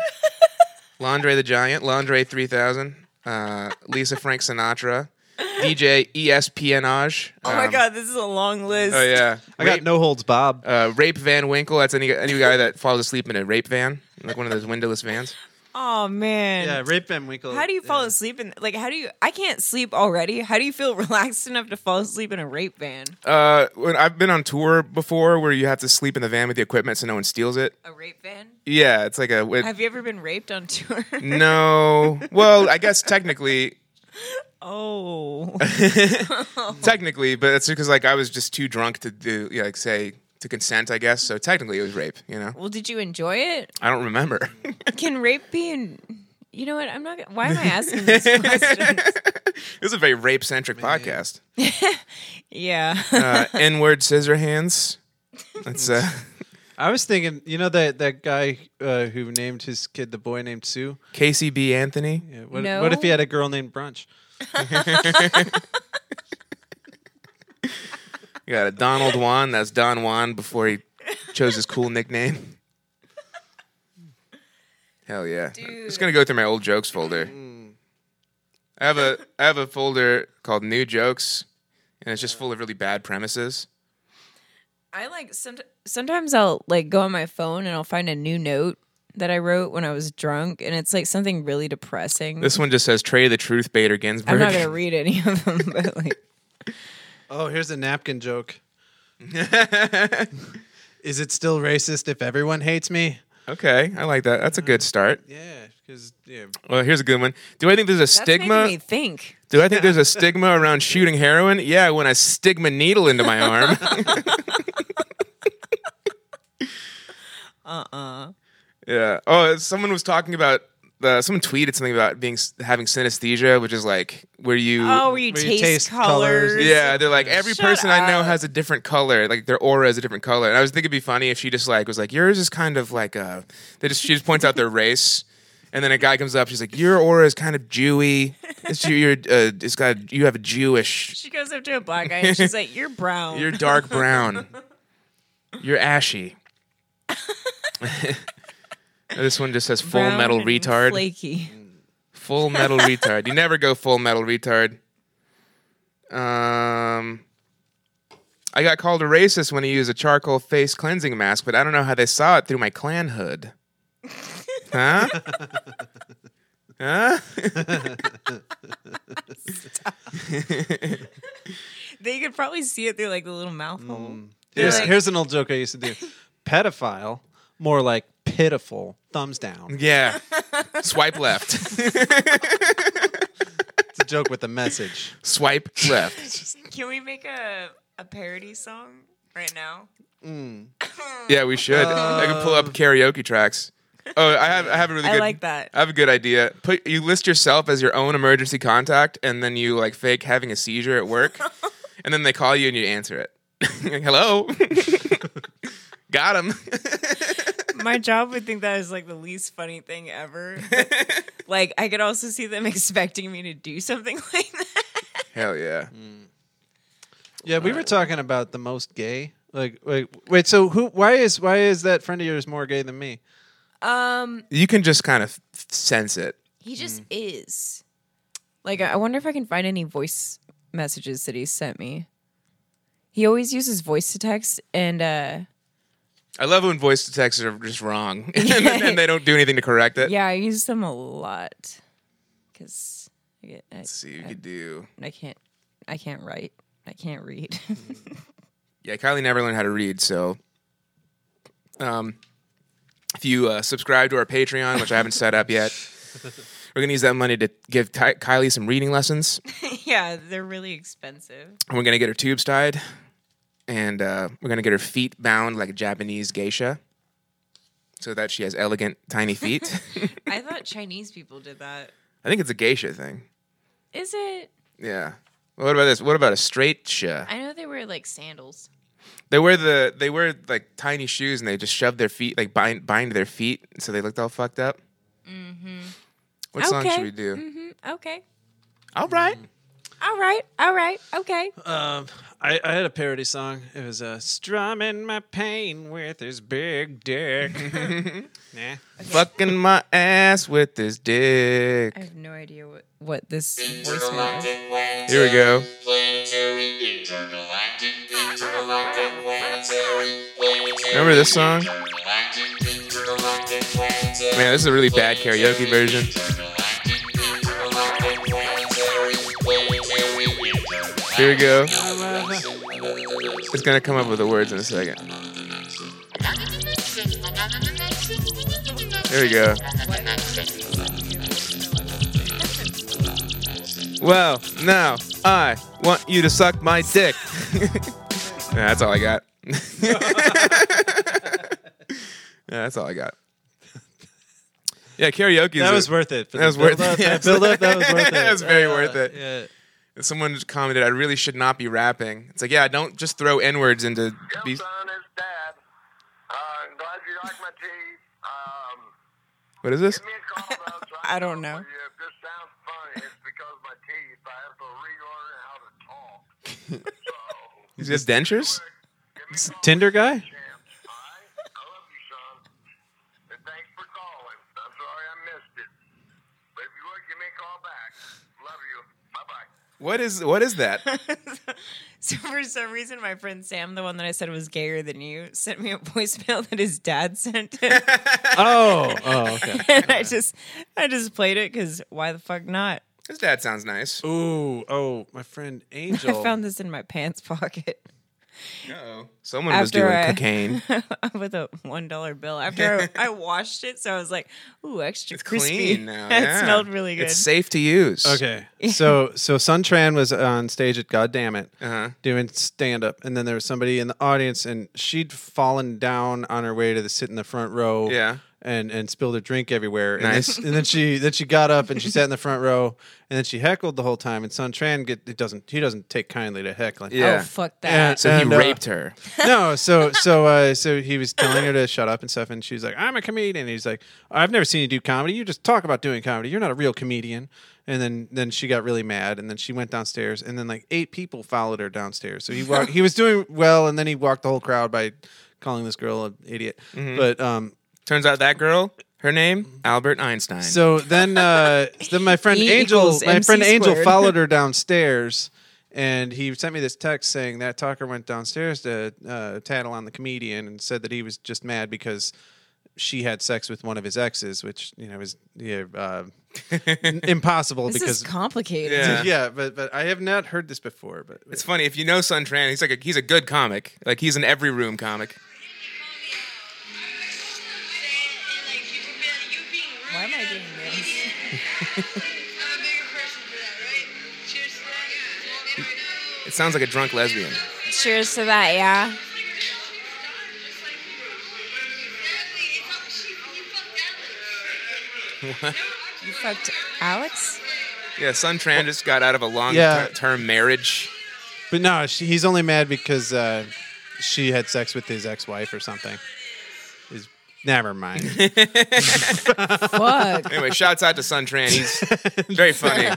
Landre the Giant, Landre Three Thousand, uh, Lisa Frank Sinatra, E DJ ESPNage.
Oh my god, this is a long list.
Um, Oh yeah,
I got no holds, Bob.
uh, Rape Van Winkle. That's any any guy that falls asleep in a rape van, like one of those windowless vans.
Oh man.
Yeah, rape Van Winkle.
How do you fall asleep in like how do you I can't sleep already. How do you feel relaxed enough to fall asleep in a rape van?
Uh, when I've been on tour before, where you have to sleep in the van with the equipment so no one steals it.
A rape van?
Yeah, it's like a. it-
Have you ever been raped on tour?
No. Well, I guess technically,
oh.
technically, but it's because like I was just too drunk to do yeah, like say to consent, I guess. So technically, it was rape. You know,
Well, did you enjoy it?
I don't remember.
Can rape be in you know what? I'm not. gonna- Why am I asking this question?
It was a very rape centric podcast.
Yeah.
Uh, N word scissor hands. That's uh,
I was thinking, you know that that guy uh, who named his kid the boy named Sue.
Casey B. Anthony.
Yeah, what,
No.
what if he had a girl named Brunch?
You got a Donald Juan. That's Don Juan before he chose his cool nickname. Hell yeah! I'm just gonna go through my old jokes folder. I have a I have a folder called New Jokes, and it's just full of really bad premises.
I like some, sometimes I'll like go on my phone and I'll find a new note that I wrote when I was drunk and it's like something really depressing.
This one just says Trey the Truth Bader Ginsburg.
I'm not going to read any of them, but like
Oh, here's a napkin joke. Is it still racist if everyone hates me?
okay, I like that. That's a good start.
Yeah, because yeah,
Well, here's a good one. Do I think there's a
that's
stigma?
making me think.
Do I think there's a stigma around shooting heroin? Yeah, when I stigma needle into my arm.
Uh-uh.
Yeah. Oh, someone was talking about. Uh, someone tweeted something about being having synesthesia, which is like where you.
Oh, where you,
Where you
taste,
taste
colors.
colours.
yeah, they're like every
Shut
person I know
up.
has a different color, like their aura is a different color. And I was thinking it'd be funny if she just like was like yours is kind of like uh they just she just points out their race, and then a guy comes up, she's like your aura is kind of Jewy, it's your you're, uh, it's got you have a Jewish,
She goes up to a black guy and she's like, "You're brown."
you're dark brown, you're ashy. this one just says full
Brown
metal
and
retard.
Flaky.
Full metal retard. You never go full metal retard. Um, I got called a racist when I used a charcoal face cleansing mask, but I don't know how they saw it through my clan hood. huh? huh?
They could probably see it through like the little mouth hole. They're
Here's,
like-
here's an old joke I used to do. Pedophile, more like pitiful. Thumbs down.
yeah. Swipe left.
It's a joke with a message.
Swipe left.
Can we make a a parody song right now?
Yeah, we should. I can pull up karaoke tracks. Oh, I have I have a really
Oh. I
good
like that.
I have a good idea. Put you list yourself as your own emergency contact, and then you like fake having a seizure at work, and then they call you and you answer it. Like, Hello, got him.
My job would think that is like the least funny thing ever. like I could also see them expecting me to do something like that.
Hell yeah.
Yeah, we were talking about the most gay. Like, wait, wait. So who? Why is why is that friend of yours more gay than me?
Um,
You can just kind of sense it.
he just is. Like I I wonder if I can find any voice messages that he sent me. He always uses voice to text and uh
I love when voice to text are just wrong, and, then- and they don't do anything to correct it.
yeah, I use them a lot cuz I, get- I,
Let's see, you could do.
I can't I can't write. I can't read.
Yeah, Kylie never learned how to read, so um, if you uh, subscribe to our Patreon, which I haven't set up yet, we're gonna use that money to give Ty- Kylie some reading lessons.
yeah, they're really expensive.
And We're gonna get her tubes tied, and uh, we're gonna get her feet bound like a Japanese geisha, so that she has elegant tiny feet.
I thought Chinese people did that.
I think it's a geisha thing.
Is it?
Yeah. What about this? What about a straight sha?
I know they wear like sandals.
They wear the they wear like tiny shoes and they just shove their feet like bind bind their feet so they looked all fucked up. Mm-hmm. What song
Okay.
should we do?
Mm-hmm. Okay.
All right.
All right. All right. Okay.
Um, I, I had a parody song. It was uh, strumming my pain with his big dick. nah.
Fucking my ass with this dick.
I have no idea what, what this voicemail is.
Here we go. Remember this song? Man, this is a really bad karaoke version. Here we go. It's gonna come up with the words in a second. Here we go. Well, now I want you to suck my dick. yeah, that's all I got. yeah, that's all I got. Yeah, karaoke. is
That was
a-
worth it. for
That
the
was worth
build-up,
it, yeah.
That build up. That was worth it.
That was very
Uh,
worth it.
Yeah.
Someone just commented, "I really should not be rapping." It's like, yeah, don't just throw n words into. Be-
son is dad. Uh, I'm glad you like my teeth. Um,
what is this?
give me a call though. so
I don't know.
can- If this sounds funny, it's because my teeth. I have to relearn how to talk.
Is this dentures?
Tinder guy.
I love you, son. And thanks for calling. I'm sorry I missed it. But if you would, give me a call back. Love you. Bye bye.
What is what is that?
So for some reason, my friend Sam, the one that I said was gayer than you, sent me a voicemail that his dad sent him,
Oh. Oh. Okay.
and I just I just played it because why the fuck not?
His dad sounds nice.
Ooh. Oh. My friend Angel.
I found this in my pants pocket.
Uh-oh. Someone was
After
doing
I-
cocaine.
with a one dollar bill after I, I washed it. So I was like, "Ooh, extra crispy."
Clean now.
it
yeah.
smelled really good.
It's safe to use.
Okay. So so Sun Tran was on stage at God Damn It
Uh-huh.
doing stand up, and then there was somebody in the audience, and she'd fallen down on her way to the sit in the front row.
Yeah.
And, and spilled her drink everywhere. And,
Nice.
then, and then she then she got up and she sat in the front row and then she heckled the whole time. And Sun Tran get it doesn't he doesn't take kindly to heckling.
Yeah.
Oh fuck
Yeah.
that!
So
And,
he
uh,
raped her.
no, so so uh, so he was telling her to shut up and stuff, and she was like, "I'm a comedian." He's like, "I've never seen you do comedy. You just talk about doing comedy. You're not a real comedian." And then then she got really mad, and then she went downstairs, and then like eight people followed her downstairs. So he walked, he was doing well, and then he walked the whole crowd by calling this girl an idiot. But um,
Turns out that girl, her name Albert Einstein.
so then, uh, then my friend
E
Angel,
equals
my
MC
friend Angel
squared.
followed her downstairs, And he sent me this text saying that talker went downstairs to uh, tattle on the comedian and said that he was just mad because she had sex with one of his exes, which you know is yeah, uh, n- impossible
This
because
is complicated.
Yeah.
yeah, but but I have not heard this before. But
It's funny if you know Sun Tran. He's like a, he's a good comic. Like he's an every room comic.
Why am I doing this?
It sounds like a drunk lesbian.
Cheers to that, yeah. You fucked Alex?
yeah, Sun Tran just got out of a long
Yeah.
ter- term marriage.
But no, she, he's only mad because uh, she had sex with his ex-wife or something. Is never mind.
Fuck.
Anyway, shouts out to Sun Tran. He's very funny.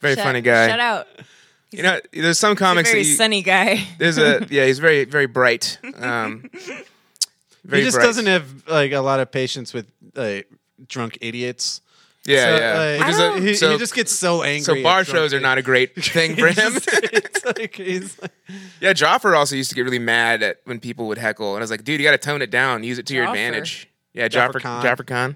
Very
Shut-
funny guy.
Shut out. He's
You know, there's some
a
comics
very
that you,
sunny guy.
There's a yeah, he's very very bright. Um, very
he just
bright.
doesn't have like a lot of patience with like drunk idiots.
Yeah,
So,
yeah.
like,
Which is a-
he,
so-
he just gets so angry.
So
at
bar
drunk
shows are not a great thing for him.
it's like, he's like,
yeah, Joffer also used to get really mad at when people would heckle, and I was like, dude, you got to tone it down. Use it to your
Joffer.
advantage. Yeah,
Joffer
Joffer
Khan.
Joffer Khan,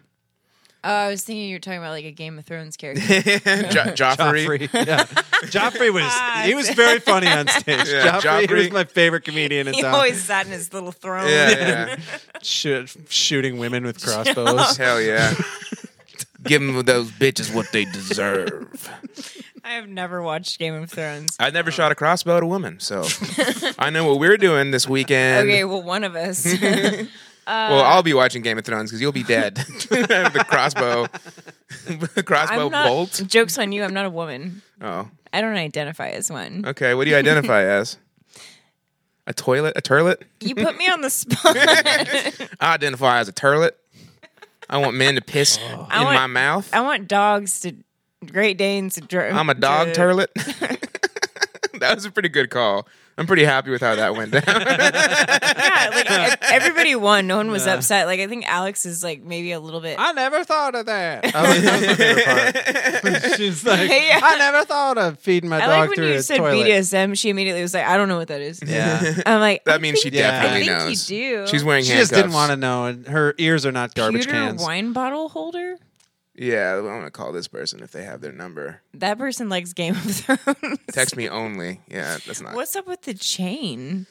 Oh, I was thinking you were talking about like a Game of Thrones character.
jo- Joffrey.
Joffrey. Yeah. Joffrey
Ah,
was he was very funny on stage.
Yeah,
Joffrey,
Joffrey.
was my favorite comedian in
he
town.
always sat in his little throne.
Yeah, yeah.
Shoot, shooting women with crossbows.
Hell yeah. Give them those bitches what they deserve.
I have never watched Game of Thrones.
I never shot a crossbow at a woman, so I know what we're doing this weekend.
okay, well, one of us. Uh,
Well, I'll be watching Game of Thrones because you'll be dead. the crossbow, the crossbow
I'm not,
bolt.
Joke's on you. I'm not a woman.
Oh,
I don't identify as one.
okay. What do you identify as? A toilet? A turlet?
You put me on the spot.
I identify as a turlet. I want men to piss
Oh. I
in
want-
my mouth.
I want dogs to, Great Danes to dr-
I'm a dog
to-
turlet. that was a pretty good call. I'm pretty happy with how that went down.
Yeah, like ev- everybody won. No one was upset. Like I think Alex is like maybe a little bit.
I never thought of that. I was, that was my favorite part. She's like,
Yeah.
I never thought of feeding my
I
dog
like when
through
you
a
said
toilet.
BDSM. She immediately was like, "I don't know what that is."
Yeah.
I'm like,
that
I
means she
think-
Yeah.
definitely
I think
knows.
you do.
She's wearing
She
handcuffs.
just didn't want to know, and her ears are not garbage
pewter
cans.
wine bottle holder.
Yeah, I'm gonna call this person if they have their number.
That person likes Game of Thrones.
Text me only. Yeah, that's not.
What's up with the chain?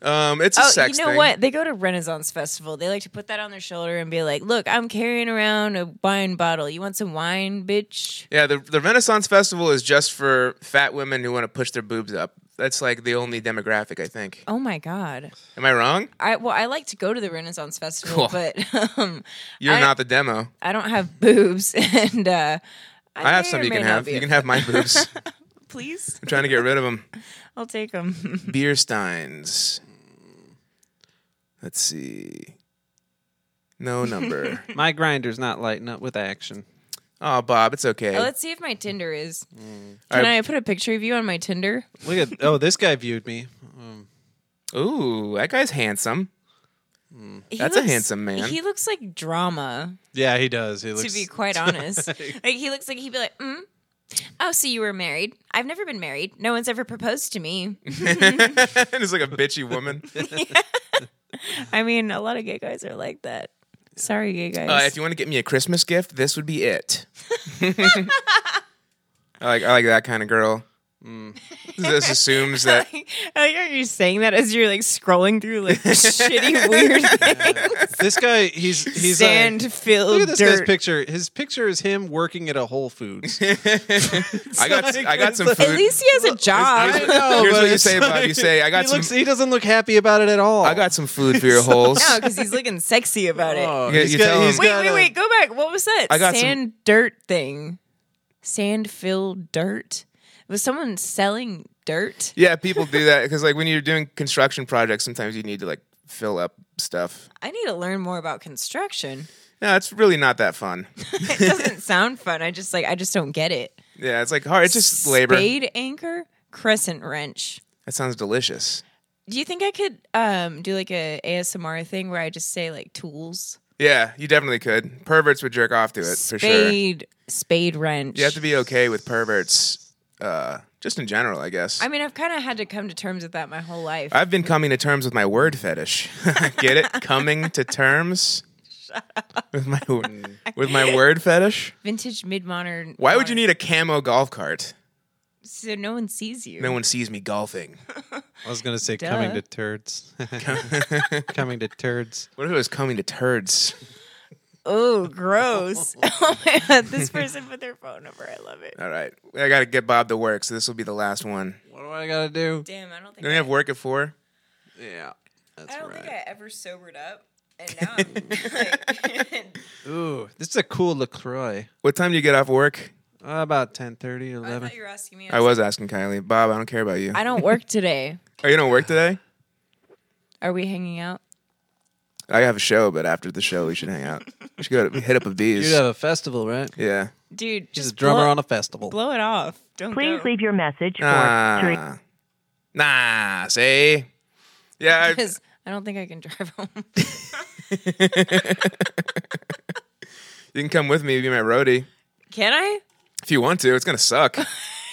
Um, it's a
oh,
sex
you know
thing.
what? They go to Renaissance Festival. They like to put that on their shoulder and be like, "Look, I'm carrying around a wine bottle. You want some wine, bitch?"
Yeah, the the Renaissance Festival is just for fat women who want to push their boobs up. That's like the only demographic, I think.
Oh my god.
Am I wrong?
I well, I like to go to the Renaissance Festival,
Cool.
but um,
You're
I-
not the demo.
I don't have boobs, and uh,
I, have
may
some
or
you
may
can
not
have.
be
You
a-
can have my boobs.
Please,
I'm trying to get rid of them.
I'll take them.
Beer steins. Let's see. No number.
My grinder's not lighting up with action.
oh, Bob, it's okay.
let's see if my Tinder is.
All
Can
right.
I put a picture of you on my Tinder?
Look at oh, this guy viewed me. Um,
Ooh, that guy's handsome.
He
That's a handsome man.
He looks like drama,
yeah, he does. He looks
to be quite honest. like he looks like he'd be like, mm, "Oh, so you were married? I've never been married. No one's ever proposed to me.
and it's like a bitchy woman.
I mean, a lot of gay guys are like that. Sorry, gay guys.
Uh, if you want to get me a Christmas gift, this would be it. I like I like that kind of girl. Mm. This assumes that
like, I like how you're saying that as you're like scrolling through like shitty weird things.
this guy. He's he's like-
Sand filled
look at this
dirt.
guy's picture. His picture is him working at a Whole Foods.
I got I got some
At
food.
least he has a
I
job.
know,
Here's
but
what you
it's
say, Bob. You say, "I got
he
some-
Looks, he doesn't look happy about it at all.
I got some food for your holes.
No, because he's looking sexy about it.
Oh,
You-
he's
you
got-
tell him-
he's
wait,
got
wait,
a-
wait. Go back. What was that?
I got some-
Sand dirt thing. Sand filled dirt. Was someone selling dirt?
Yeah, people do that because like when you're doing construction projects, sometimes you need to like fill up stuff.
I need to learn more about construction.
No, it's really not that fun.
It doesn't sound fun. I just like I just don't get it.
Yeah, it's like hard. It's just labor.
Spade anchor, crescent wrench.
That sounds delicious.
Do you think I could um do like a ASMR thing where I just say like tools?
Yeah, you definitely could. Perverts would jerk off to it for sure.
Spade, spade wrench.
You have to be okay with perverts uh, Just in general, I guess.
I mean, I've kind of had to come to terms with that my whole life.
I've been coming to terms with my word fetish. Get it? Coming to terms with my with my word fetish.
Vintage mid modern.
Why would you need a camo golf cart?
So no one sees you.
No one sees me golfing.
I was gonna say
Duh.
coming to turds. coming to turds.
What if it was coming to turds?
Oh, gross. oh my god, this person put their phone number. I love it.
All right, I gotta get Bob to work, so this will be the last one.
What do I gotta do?
Damn, I don't think
Don't you have work at four?
Yeah. That's
I don't
right.
think I ever sobered up. And now I'm like,
Ooh, this is a cool Lacroix.
What time do you get off work?
Uh, about 10:30, 11.
I thought you were asking me.
I was asking Kylie. Bob, I don't care about you.
I don't work today.
Oh, you don't work today?
Are we hanging out?
I have a show, but after the show, we should hang out. We should go to, hit up a bees.
You'd have a festival, right?
yeah.
Dude,
He's
just
a drummer
blow,
on a festival.
blow it off. Don't
Please
go.
leave your message for three.
Nah. Ah. Nah. See. Yeah. I,
Because I don't think I can drive home.
you can come with me. Be my roadie
Can I?
if you want to. It's gonna suck.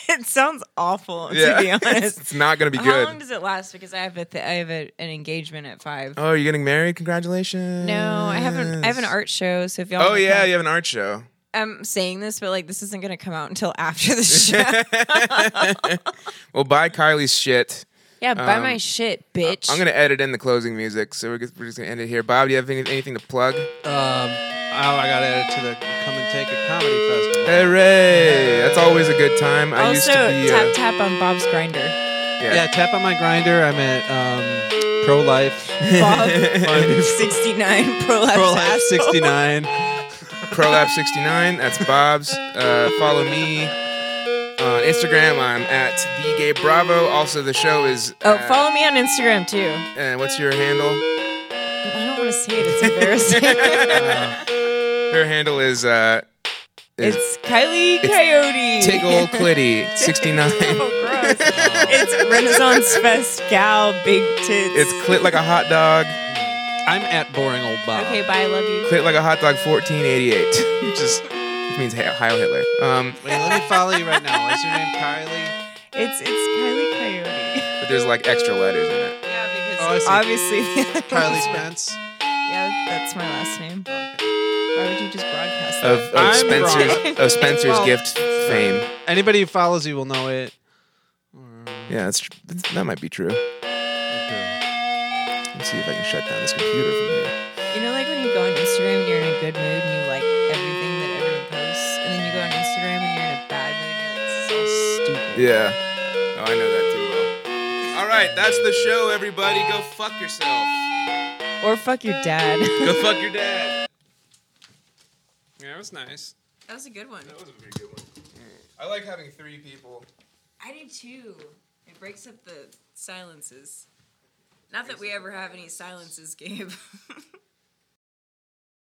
It sounds awful
yeah.
to be honest.
it's not gonna be
How
good.
long does it last? Because I have a th- I have a, an engagement at five.
oh, you're getting married? Congratulations.
No, I have an I have an art show. So if y'all,
Oh
wanna
yeah,
come-
you have an art show.
I'm saying this, but like this isn't gonna come out until after the show.
Well, buy Kylie's shit.
yeah, buy
Um,
my shit, bitch.
I'm gonna edit in the closing music, so we're just, we're just gonna end it here. Bob, do you have any, anything to plug?
Um, oh, I gotta add it to the come and take a comedy festival.
Hooray! That's always a good time. I used
also
to be.
tap
uh,
tap on Bob's grinder.
Yeah.
Yeah. tap on my grinder. I'm at um, pro life,
Bob sixty nine pro
pro life
life
69.
Prolab69. That's Bob's. Uh, follow me on Instagram. I'm at the Gay Bravo. Also, the show is.
Oh,
uh,
follow me on Instagram too.
Uh, what's your handle?
I don't want to say it. It's embarrassing.
Her handle is uh,
it's Kylie Coyote.
Tiggle Clitty 69.
Oh, gross. it's Renaissance Fest gal, big tits.
It's clit like a hot dog.
I'm at boring old Bob.
okay. Bye. I love you.
Clit like a hot dog 1488. Which is which means Hi- Heil Hitler. Um,
Wait, let me follow you right now. Is your name Kylie?
It's it's Kylie Coyote.
but there's like extra letters in it.
Yeah,
Oh, I
because
see.
obviously the other
Kylie
one's-
Spence.
Yeah, that's my last name. Why would you just broadcast that?
Of, of
I'm
Spencer's of Spencer's
Well-
gift fame.
Anybody who follows you will know it.
Yeah, that's tr- that's- that might be true. Let's see if I can shut down this computer from here.
You know, like when you go on Instagram and you're in a good mood and you like everything that everyone posts, and then you go on Instagram and you're in a bad mood and you're like, so stupid.
Yeah. Oh, I know that too well. All right, that's the show, everybody. Go fuck yourself.
Or fuck your dad.
Go fuck your dad.
Yeah, it was nice.
That was a good one.
was a pretty good one. I like having three people.
I do too. It breaks up the silences. Not that we ever have any silences, Gabe.